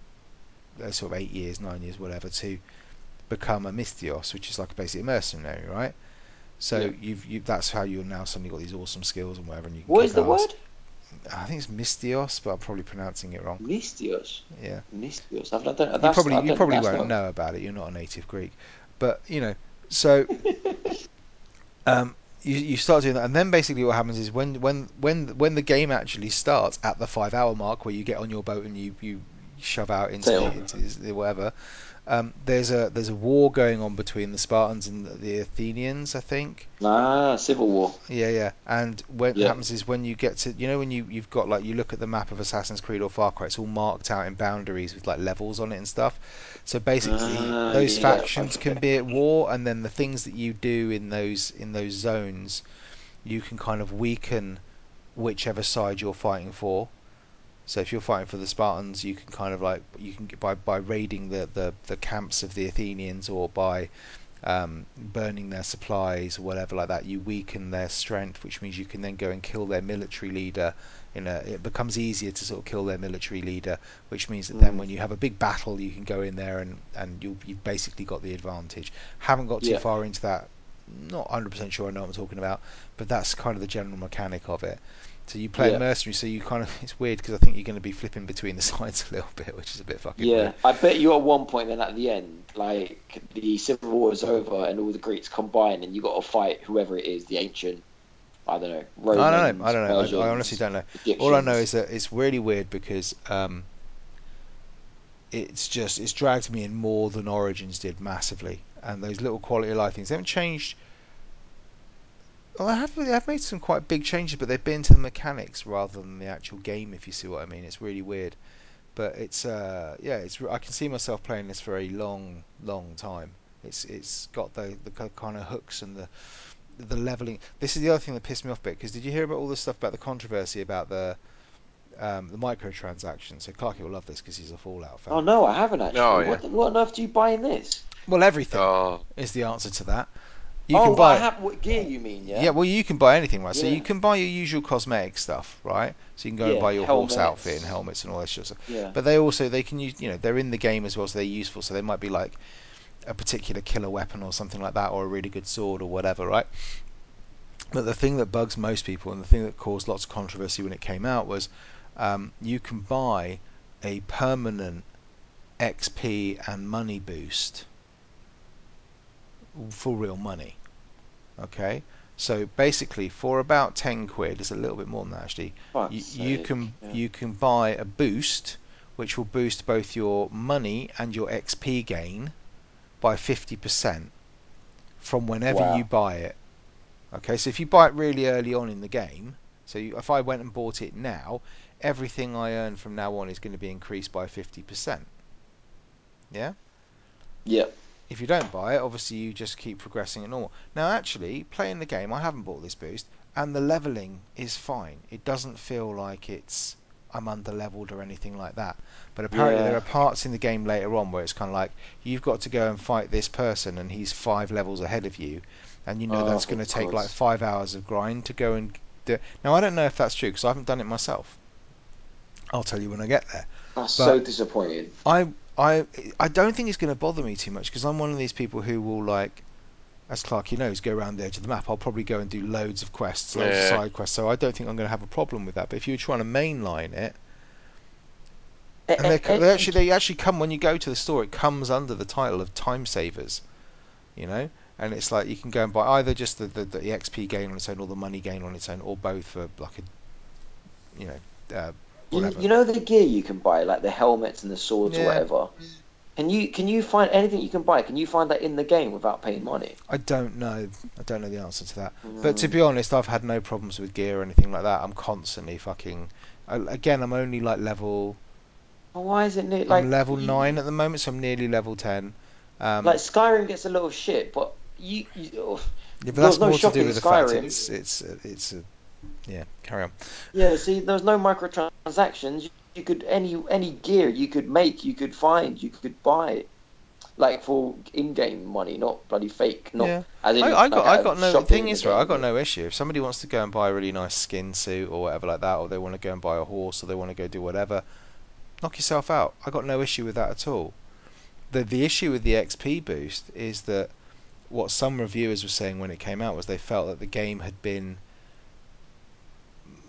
B: uh, sort of eight years, nine years, whatever, to become a mythios, which is like basically a mercenary, right? So
D: Yeah.
B: you've you, that's how you're now suddenly got these awesome skills and whatever, and you can
D: What
B: kick
D: is the
B: ass.
D: word?
B: I think it's mystios, but I'm probably pronouncing it wrong.
D: Nistios.
B: Yeah.
D: Nistios. I've, I don't,
B: you
D: that's, I
B: probably you
D: don't-
B: probably
D: that's
B: won't
D: not-
B: know about it. You're not a native Greek, but you know. So um, you you start doing that, and then basically what happens is when when when when the game actually starts at the five hour mark, where you get on your boat and you you shove out into
D: Sail.
B: the, into the whatever. Um, there's a there's a war going on between the Spartans and the, the Athenians, I think.
D: Ah, civil war.
B: Yeah, yeah. And what
D: Yeah.
B: happens is when you get to, you know, when you you've got like you look at the map of Assassin's Creed or Far Cry, it's all marked out in boundaries with like levels on it and stuff. So basically,
D: Ah,
B: those
D: yeah,
B: factions
D: okay.
B: can be at war, and then the things that you do in those in those zones, you can kind of weaken whichever side you're fighting for. So if you're fighting for the Spartans, you can kind of like you can by by raiding the the, the camps of the Athenians or by um, burning their supplies or whatever like that, you weaken their strength, which means you can then go and kill their military leader. In a, it becomes easier to sort of kill their military leader, which means that then
D: Mm.
B: when you have a big battle, you can go in there and and you you've basically got the advantage. Haven't got too
D: Yeah.
B: far into that. Not 100% sure I know what I'm talking about, but that's kind of the general mechanic of it. So you play a
D: Yeah.
B: mercenary, so you kind of it's weird because I think you're going to be flipping between the sides a little bit, which is a bit fucking
D: Yeah,
B: weird.
D: I bet you at one point then at the end, like the civil war is over and all the Greeks combine and you got to fight whoever it is, the ancient, I don't know, Romans,
B: I don't know. I don't know. I- I, honestly
D: Persians,
B: don't know.
D: Egyptians.
B: All I know is that it's really weird because um, it's just it's dragged me in more than Origins did massively, and those little quality of life things they haven't changed. Well, I have. I've made some quite big changes, but they've been to the mechanics rather than the actual game. If you see what I mean, it's really weird. But it's uh, yeah, it's. re- I can see myself playing this for a long, long time. It's it's got the the ki- kind of hooks and the the leveling. This is the other thing that pissed me off a bit because did you hear about all this stuff about the controversy about the um, the microtransactions? So Clarky will love this because he's a Fallout fan.
D: Oh no, I haven't actually.
C: Oh, yeah.
D: What, what on earth do you buy in this?
B: Well, everything
C: Oh,
B: is the answer to that. You
D: oh,
B: can
D: what
B: buy.
D: hap- what gear you mean? Yeah.
B: Yeah, well, you can buy anything, right? So
D: Yeah.
B: you can buy your usual cosmetic stuff, right? So you can go and
D: Yeah,
B: buy your horse
D: helmets.
B: outfit and helmets and all that sort of stuff.
D: Yeah.
B: But they also they can use you know they're in the game as well, so they're useful. So they might be like a particular killer weapon or something like that, or a really good sword or whatever, right? But the thing that bugs most people and the thing that caused lots of controversy when it came out was um, you can buy a permanent XP and money boost for real money. Okay, so basically for about ten quid, it's a little bit more than that actually.
D: Fuck's
B: You, you
D: sake,
B: can
D: yeah.
B: you can buy a boost, which will boost both your money and your XP gain by fifty percent from whenever
D: Wow.
B: you buy it. Okay, so if you buy it really early on in the game, so you, if I went and bought it now, everything I earn from now on is going to be increased by fifty percent.
D: Yeah.
B: If you don't buy it, obviously you just keep progressing at normal. Now, actually, playing the game, I haven't bought this boost, and the leveling is fine. It doesn't feel like it's I'm under leveled or anything like that. But apparently,
D: Yeah.
B: there are parts in the game later on where it's kind of like you've got to go and fight this person, and he's five levels ahead of you, and you know
D: Oh,
B: that's
D: of
B: going to take like
D: course.
B: five hours of grind to go and do. Now, I don't know if that's true because I haven't done it myself. I'll tell you when I get there.
D: That's
B: But-
D: so disappointing.
B: I I I don't think it's going to bother me too much because I'm one of these people who will like, as Clarky knows, go around the edge of the map. I'll probably go and do loads of quests, loads
C: Yeah.
B: of side quests. So I don't think I'm going to have a problem with that. But if you were trying to mainline it,
D: Eh,
B: and they're, co- they actually they actually come when you go to the store, it comes under the title of time savers, you know. And it's like you can go and buy either just the, the, the XP gain on its own or the money gain on its own or both for like a, you know, uh,
D: You,
B: whatever.
D: you know the gear you can buy, like the helmets and the swords
B: Yeah.
D: or whatever. Can you can you find anything you can buy? Can you find that in the game without paying money?
B: I don't know. I don't know the answer to that. But to be honest, I've had no problems with gear or anything like that. I'm constantly fucking. I- Again, I'm only like level.
D: Well, why isn't it like
B: I'm level
D: you-
B: nine at the moment, so I'm nearly level ten. Um,
D: Like Skyrim gets a lot of shit, but you, you oh,
B: yeah, but
D: there
B: that's
D: was no
B: more to
D: shock
B: do
D: in
B: with the fact
D: Skyrim.
B: it's it's it's a yeah. Carry on.
D: yeah. See, there was no microtransactions. You could any any gear you could make, you could find, you could buy, like for in-game money, not bloody fake. Not
B: Yeah.
D: as in,
B: I, I got
D: like,
B: I
D: a
B: got no. The
D: shop
B: thing
D: in
B: is
D: the
B: right. I
D: game.
B: got no issue. If somebody wants to go and buy a really nice skin suit or whatever like that, or they want to go and buy a horse, or they want to go do whatever, knock yourself out. I got no issue with that at all. the The issue with the XP boost is that what some reviewers were saying when it came out was they felt that the game had been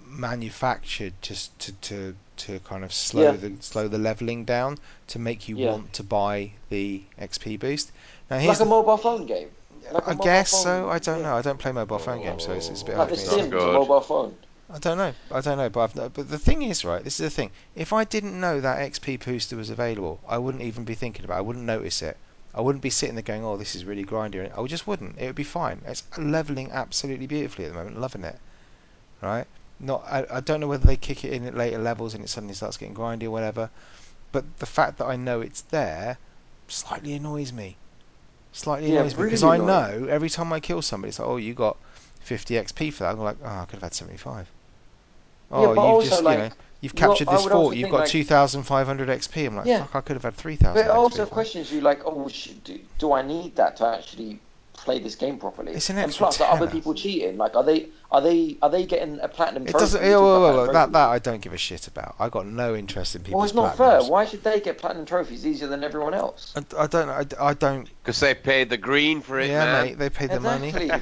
B: manufactured just to to, to kind of slow
D: Yeah.
B: the slow the leveling down to make you
D: Yeah.
B: want to buy the XP boost. Now
D: Like
B: here's
D: a
B: the,
D: mobile phone game. Like a
B: I
D: mobile
B: guess
D: phone,
B: so. I don't
D: yeah.
B: know. I don't play mobile phone games, so it's, it's a bit
D: Like
B: hard
D: The
B: for me. to
C: Not
D: Sims, a
C: good.
D: mobile phone.
B: I don't know. I don't know, but I've, no- but the thing is, right? This is the thing. If I didn't know that XP booster was available, I wouldn't even be thinking about. it. I wouldn't notice it. I wouldn't be sitting there going, "Oh, this is really grindy." I just wouldn't. It would be fine. It's leveling absolutely beautifully at the moment. Loving it. Right? Not. I, I don't know whether they kick it in at later levels and it suddenly starts getting grindy or whatever. But the fact that I know it's there slightly annoys me. Slightly
D: Yeah,
B: annoys me because
D: really
B: I
D: annoying.
B: know every time I kill somebody, it's like, "Oh, you got 50 XP for that." I'm like, "Oh, I could have had 75."
D: Yeah,
B: Oh,
D: but
B: you've
D: also,
B: just
D: like,
B: you know you've
D: you know,
B: captured
D: I
B: this
D: would also
B: fort. You've
D: think,
B: got
D: like-
B: 2,500 XP. I'm like,
D: Yeah.
B: fuck, I could have had 3,000
D: But it
B: XP.
D: also
B: for that.
D: questions you, like, oh, sh do, do I need that to actually play this game properly?
B: It's an
D: and
B: extra
D: plus, are other
B: tenner.
D: people cheating? Like, are they are they are they getting a platinum?
B: It
D: trophy?
B: doesn't.
D: You
B: Yeah,
D: talk
B: whoa,
D: about
B: whoa,
D: platinum
B: whoa, that
D: trophies.
B: that I don't give a shit about. I got no interest in people's
D: Well, it's not
B: platinums.
D: fair. Why should they get platinum trophies easier than everyone else?
B: I, I don't. I, I don't.
C: Because they paid the green for it,
B: yeah,
C: man.
B: mate. They paid the money.
D: exactly.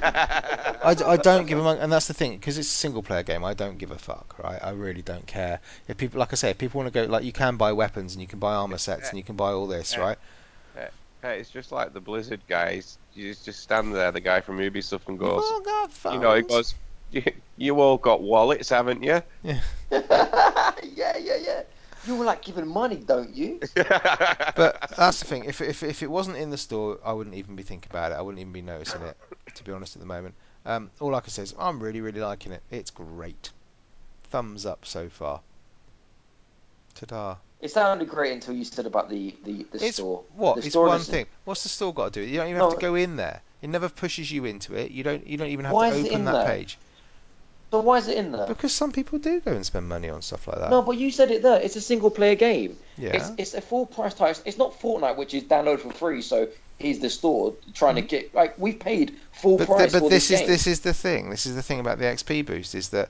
B: I, I don't give a monk, and that's the thing because it's a single player game. I don't give a fuck, right? I really don't care if people, like I say, if people want to go, like you can buy weapons and you can buy armor sets and you can buy all this,
C: Yeah.
B: right?
C: Hey, it's just like the Blizzard guys. You just, just stand there, the guy from Ubisoft, and goes,
B: Oh, God,
C: you know, he
B: phones.
C: goes, you, you all got wallets, haven't you?
D: yeah, yeah, yeah. You all like giving money, don't you?
B: but that's the thing. If, if if it wasn't in the store, I wouldn't even be thinking about it. I wouldn't even be noticing it, to be honest, at the moment. Um, all I can say is I'm really, really liking it. It's great. Thumbs up so far. Ta-da.
D: It sounded great until you said about the the, the
B: It's
D: store.
B: what?
D: The
B: It's
D: store
B: one
D: doesn't-
B: thing. What's the store got to do? You don't even
D: No,
B: have to go in there. It never pushes you into it. You don't. You don't even have
D: Why
B: to
D: is it
B: open
D: in
B: that
D: there?
B: page
D: So why is it in there?
B: because some people do go and spend money on stuff like that.
D: No, but you said it there. It's a single player game.
B: yeah.
D: It's, it's a full price title. It's not Fortnite, which is download for free. So is the store trying to get like we've paid full
B: Mm-hmm. But, th-
D: price
B: but
D: for
B: this is
D: this, game.
B: this is the thing. This is the thing about the XP boost is that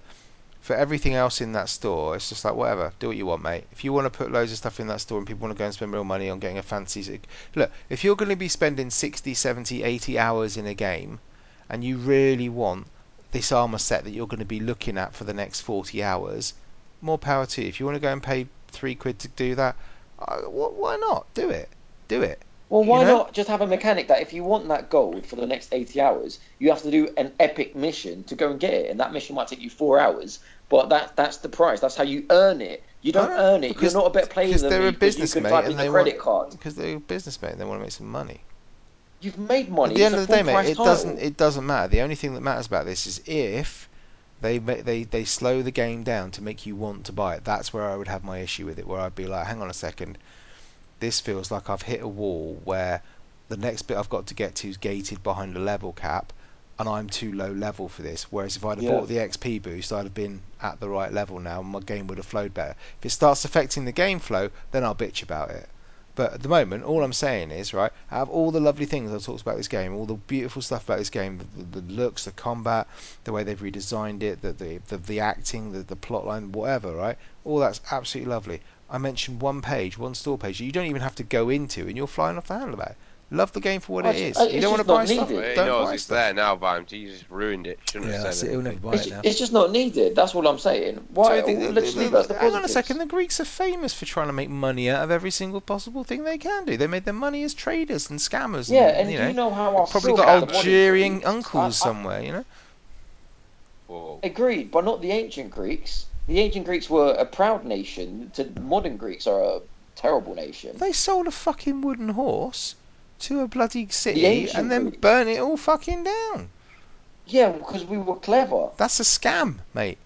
B: for everything else in that store, it's just like whatever, do what you want, mate. If you want to put loads of stuff in that store and people want to go and spend real money on getting a fancy s- look, if you're going to be spending 60, 70, 80 hours in a game, and you really want this armor set that you're going to be looking at for the next 40 hours, more power to you. If you want to go and pay three quid to do that, uh, wh- why not? Do it. Do it.
D: well, why
B: you know?
D: not just have a mechanic that if you want that gold for the next 80 hours, you have to do an epic mission to go and get it, and that mission might take you four hours, but that that's the price. That's how you earn it. You don't
B: No,
D: earn it.
B: because-
D: You're not a better player
B: because
D: than
B: they're
D: me
B: a
D: because
B: business,
D: you can
B: mate,
D: type
B: and
D: in
B: they
D: the
B: want-
D: credit card.
B: Because they're a businessman, they want to make some money.
D: You've made money.
B: At the
D: It's
B: end
D: a
B: of the day,
D: full-price
B: mate, it
D: title.
B: doesn't it doesn't matter. The only thing that matters about this is if they ma- they they slow the game down to make you want to buy it. That's where I would have my issue with it, where I'd be like, hang on a second, this feels like I've hit a wall where the next bit I've got to get to is gated behind a level cap, and I'm too low level for this. Whereas if I'd have
D: Yeah.
B: bought the XP boost, I'd have been at the right level now, and my game would have flowed better. If it starts affecting the game flow, then I'll bitch about it. But at the moment, all I'm saying is, right, out of all the lovely things I've talked about this game, all the beautiful stuff about this game, the, the looks, the combat, the way they've redesigned it, the the, the, the acting, the, the plot line, whatever, right, all that's absolutely lovely. I mentioned one page, one store page that you don't even have to go into, and you're flying off the handle about it. Love the game for what
D: Oh,
B: it is.
D: it's- uh,
B: you
D: it's
B: don't want
D: just
B: to buy
D: not
B: stuff.
D: needed.
C: He
B: Don't
C: knows
B: buy
C: it's
B: stuff.
C: there now, Vimes. He just ruined it. Shouldn't
B: Yeah,
C: have
B: that's
C: said
B: it.
C: it.
B: He'll never buy
D: It's,
B: it now.
D: it's just not needed. That's all I'm saying.
B: So
D: Why?
B: I think the-
D: let's
B: the-
D: leave
B: the-
D: us the
B: hang on a
D: positives.
B: second. The Greeks are famous for trying to make money out of every single possible thing they can do. They made their money as traders and scammers.
D: Yeah, and
B: you
D: you
B: know,
D: know, how I
B: probably
D: feel
B: got
D: about the modern
B: Algerian
D: Greeks.
B: uncles
D: I- I-
B: somewhere. You know,
C: Whoa.
D: Agreed, but not the ancient Greeks. The ancient Greeks were a proud nation. To modern Greeks are a terrible nation.
B: they sold a fucking wooden horse to a bloody city
D: ancient
B: and then
D: Greeks.
B: burn it all fucking down.
D: Yeah, because we were clever.
B: That's a scam, mate.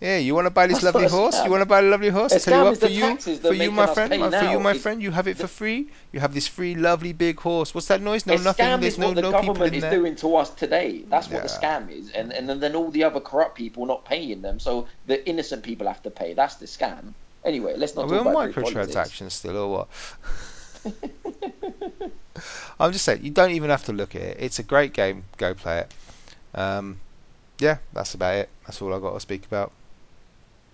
B: Yeah, you want to buy this
D: That's not
B: lovely
D: a
B: horse? You
D: scam.
B: want to buy a lovely horse?
D: A
B: I tell you
D: scam
B: what,
D: is
B: for
D: the
B: you,
D: taxes
B: for
D: they're
B: you,
D: making
B: my
D: us
B: friend,
D: pay
B: my, for you,
D: now.
B: my
D: It-
B: friend, you have it for free. You have this free, lovely big horse. What's that noise? No,
D: a
B: nothing.
D: scam
B: There's
D: is
B: no,
D: what the
B: no people
D: government
B: in
D: is
B: there.
D: doing to us today. That's what the
B: Yeah.
D: scam is, and and then all the other corrupt people not paying them, so the innocent people have to pay. That's the scam. Anyway, let's
B: Are
D: not
B: we
D: talk
B: on
D: about Greek politics.
B: microtransactions still, oh, or what? I'm just saying, you don't even have to look at it. It's a great game. Go play it. Um, yeah, that's about it. That's all I got to speak about.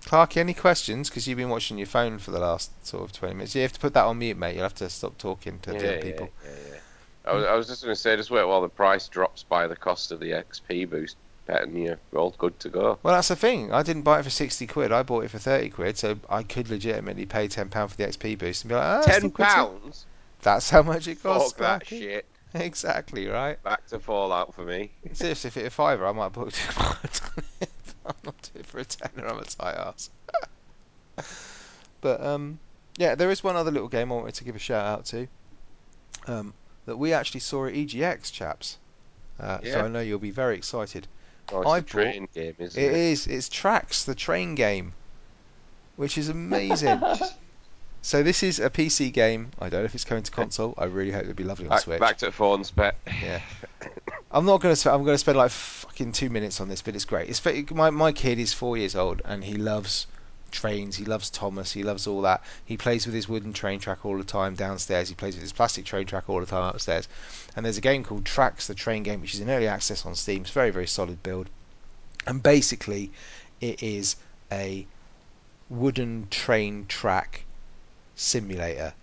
B: Clarky, any questions? Because you've been watching your phone for the last sort of 20 minutes. You have to put that on mute, mate. You'll have to stop talking to the other people.
C: Yeah, yeah, yeah. I was, I was just going to say, just wait while the price drops by the cost of the XP boost, and you're all good to go.
B: Well, that's the thing. I didn't buy it for 60 quid. I bought it for 30 quid, so I could legitimately pay £10 for the XP boost and be like, ah, it's
C: Ten Oh,
B: still quid to-"
C: pounds.
B: That's how much it costs.
C: Fuck that
B: Clarky.
C: shit.
B: Exactly, right?
C: Back to Fallout for me.
B: Seriously, if it a fiver, I might have booked it. I'm not doing it for a tenner. I'm a tight ass. but um, yeah, there is one other little game I wanted to give a shout out to um, that we actually saw at EGX, chaps. Uh, So
C: Yeah.
B: I know you'll be very excited.
C: Oh,
B: I
C: it's a
B: bought-
C: train game, isn't
B: It
C: it?
B: is. It's Tracks, the train game, which is amazing. so this is a PC game. I don't know if it's coming to console. I really hope it'd be lovely on
C: Back,
B: Switch.
C: back to phones, pet.
B: I'm not gonna. Sp- I'm gonna spend like fucking two minutes on this, but it's great. It's fa- my my kid is four years old and he loves trains. He loves Thomas. He loves all that. He plays with his wooden train track all the time downstairs. He plays with his plastic train track all the time upstairs. And there's a game called Tracks the Train Game, which is in early access on Steam. It's a very very solid build. And basically, it is a wooden train track simulator.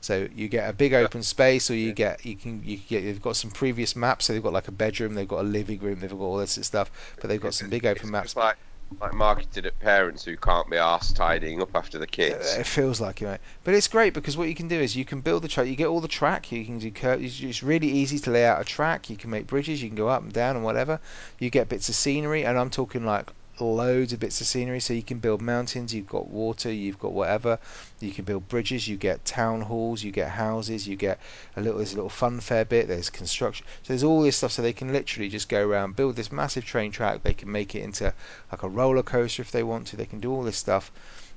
B: So you get a big open space, or you get you can you can get they've got some previous maps. So they've got like a bedroom, they've got a living room, they've got all this sort of stuff. But they've got some big open
C: It's
B: maps.
C: just like, like marketed at parents who can't be arsed tidying up after the kids.
B: Uh, It feels like it, mate. But it's great because what you can do is you can build the track. You get all the track. You can do cur- It's it's really easy to lay out a track. You can make bridges. You can go up and down and whatever. You get bits of scenery, and I'm talking like loads of bits of scenery. So you can build mountains. You've got water. You've got whatever. You can build bridges. You get town halls. You get houses. You get a little. There's a little fun fair bit. There's construction. So there's all this stuff. So they can literally just go around build this massive train track. They can make it into like a roller coaster if they want to. They can do all this stuff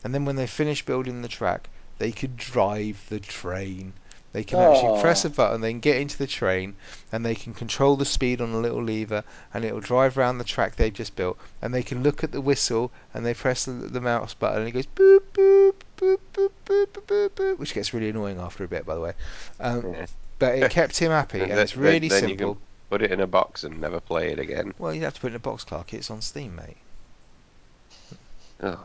B: and then when they finish building the track, they could drive the train. They can actually
D: Oh.
B: press a button, they can get into the train, and they can control the speed on a little lever, and it will drive around the track they've just built. And they can look at the whistle, and they press the, the mouse button, and it goes boop boop boop boop boop boop boop, boop, which gets really annoying after a bit, by the way. Um, but it kept him happy, and
C: Then-
B: it's really
C: then- then you
B: simple.
C: can- Put it in a box and never play it again.
B: Well, you have to put it in a box, Clark. It's on Steam, mate.
C: Oh.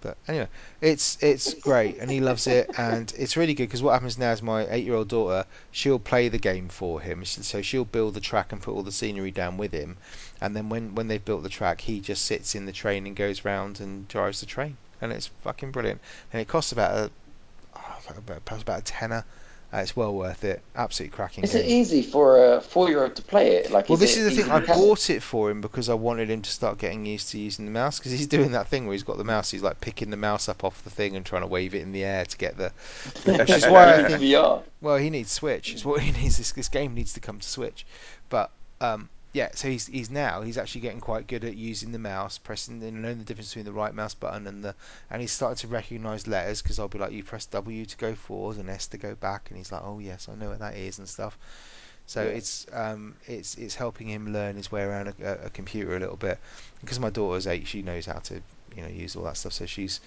B: But anyway, it's it's great, and he loves it, and it's really good because what happens now is my eight-year-old daughter, she'll play the game for him. She- So she'll build the track and put all the scenery down with him, and then when when they've built the track, he just sits in the train and goes round and drives the train, and it's fucking brilliant. And it costs about a oh, about- perhaps about a tenner. Uh, it's well worth it. Absolutely cracking.
D: Is
B: game.
D: it easy for a four-year-old to play it? Like,
B: Well,
D: is
B: this
D: it
B: is the
D: easy
B: thing. I
D: to play?
B: bought it for him because I wanted him to start getting used to using the mouse because he's doing that thing where he's got the mouse. He's like picking the mouse up off the thing and trying to wave it in the air to get the. Which is why I think.
D: VR.
B: Well, he needs Switch. It's what he needs. This, this game needs to come to Switch, but um, yeah. So he's he's now he's actually getting quite good at using the mouse, pressing and knowing the difference between the right mouse button and the and he's starting to recognise letters because I'll be like, you press W to go forward and S to go back, and he's like, oh yes, I know what that is and stuff. So
D: Yeah.
B: it's um, it's it's helping him learn his way around a, a, a computer a little bit because my daughter's eight, she knows how to you know use all that stuff, so she's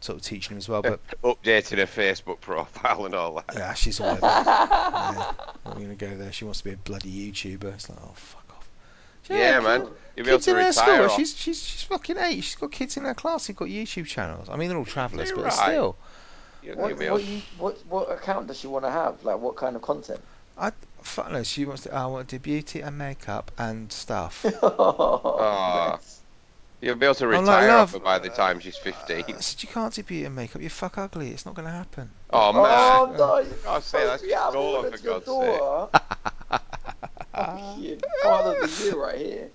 B: sort of teaching him as well. But
C: Updating her Facebook profile and all that.
B: yeah, she's all over. it. yeah, I'm gonna go there. She wants to be a bloody YouTuber. It's like, oh fuck off.
C: Yeah, man. You'll be able
B: Kids
C: to
B: in her
C: retire
B: school.
C: off.
B: She's she's she's fucking eight. She's got kids in her class who've got YouTube channels. I mean, they're all travellers,
C: You're
B: but
C: right.
B: still,
C: You'll,
D: What,
C: you'll be able-
D: what, you, what, what account does she want to have? Like, what kind of content?
B: fuck no. She wants to. I want to do beauty and makeup and stuff.
D: oh,
C: you'll be able to
B: like,
C: retire
B: love-
C: off her by the time she's 15.
B: I said you can't do beauty and makeup. You're fuck ugly. It's not gonna happen.
C: oh, man.
D: no! you're
C: I'll say
D: supposed
C: that's
D: to be out of
C: goal,
D: order
C: for
D: to your
C: God's sake.
D: daughter. Fucking Father of the year right here.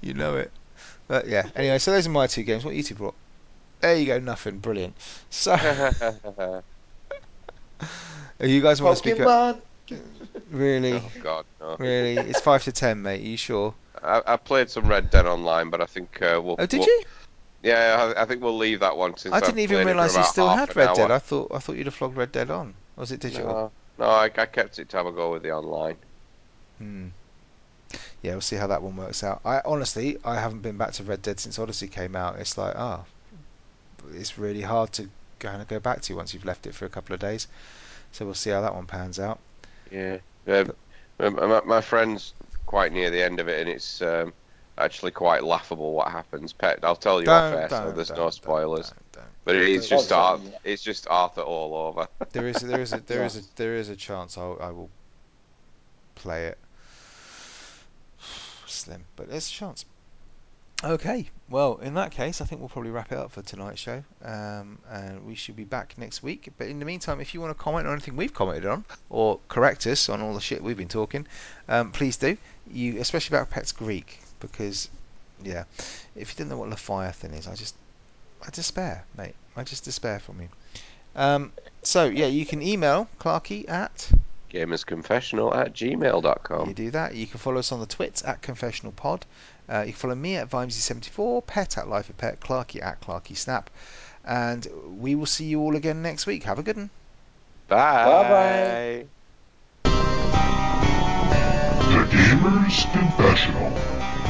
B: you know it. But yeah. Anyway, so those are my two games. What you two brought? There you go. Nothing. Brilliant. So,
C: oh,
B: you guys want to speak up?
D: Pokemon.
B: Really,
C: Oh, God, no.
B: really. It's five to ten, mate. Are you sure?
C: I, I played some Red Dead Online, but I think uh, we'll.
B: Oh, did
C: we'll-
B: you?
C: Yeah, I, I think we'll leave that one since
B: I
C: I've
B: didn't even
C: played it for
B: realise you
C: about
B: still
C: half
B: had
C: an
B: Red
C: hour.
B: Dead. I thought I thought you'd have flogged Red Dead on. Or Was it digital?
C: No, no I, I kept it to have a go with the online.
B: Hmm. Yeah, we'll see how that one works out. I honestly, I haven't been back to Red Dead since Odyssey came out. It's like, ah, it's really hard to kind of go back to once you've left it for a couple of days. So we'll see how that one pans out.
C: Yeah. Um, um, my, my friend's quite near the end of it, and it's um, actually quite laughable what happens. Pet, I'll tell you off air, so there's no spoilers.
B: don't, don't.
C: But it's
B: don't-
C: just
D: Oh,
C: Arthur.
D: yeah.
C: It's just Arthur all over.
B: There is there is a there is a there is a chance I'll, I will play it. Slim, but there's a chance. Okay, well, in that case, I think we'll probably wrap it up for tonight's show, um, and we should be back next week. But in the meantime, if you want to comment on anything we've commented on, or correct us on all the shit we've been talking, um, please do. You, especially about Pets Greek, because yeah, if you didn't know what Leviathan is, I just, I despair, mate. I just despair from you. Um, so yeah, you can email Clarky at
C: Gamersconfessional at
B: you
C: gmail.com.
B: do that. You can follow us on the twits at Confessional Pod. Uh, you can follow me at Vimesy74, Pet at Life of Pet, Clarky at Clarky Snap, and we will see you all again next week. Have a good one.
C: Bye.
D: Bye-bye.
A: The Gamer's Confessional.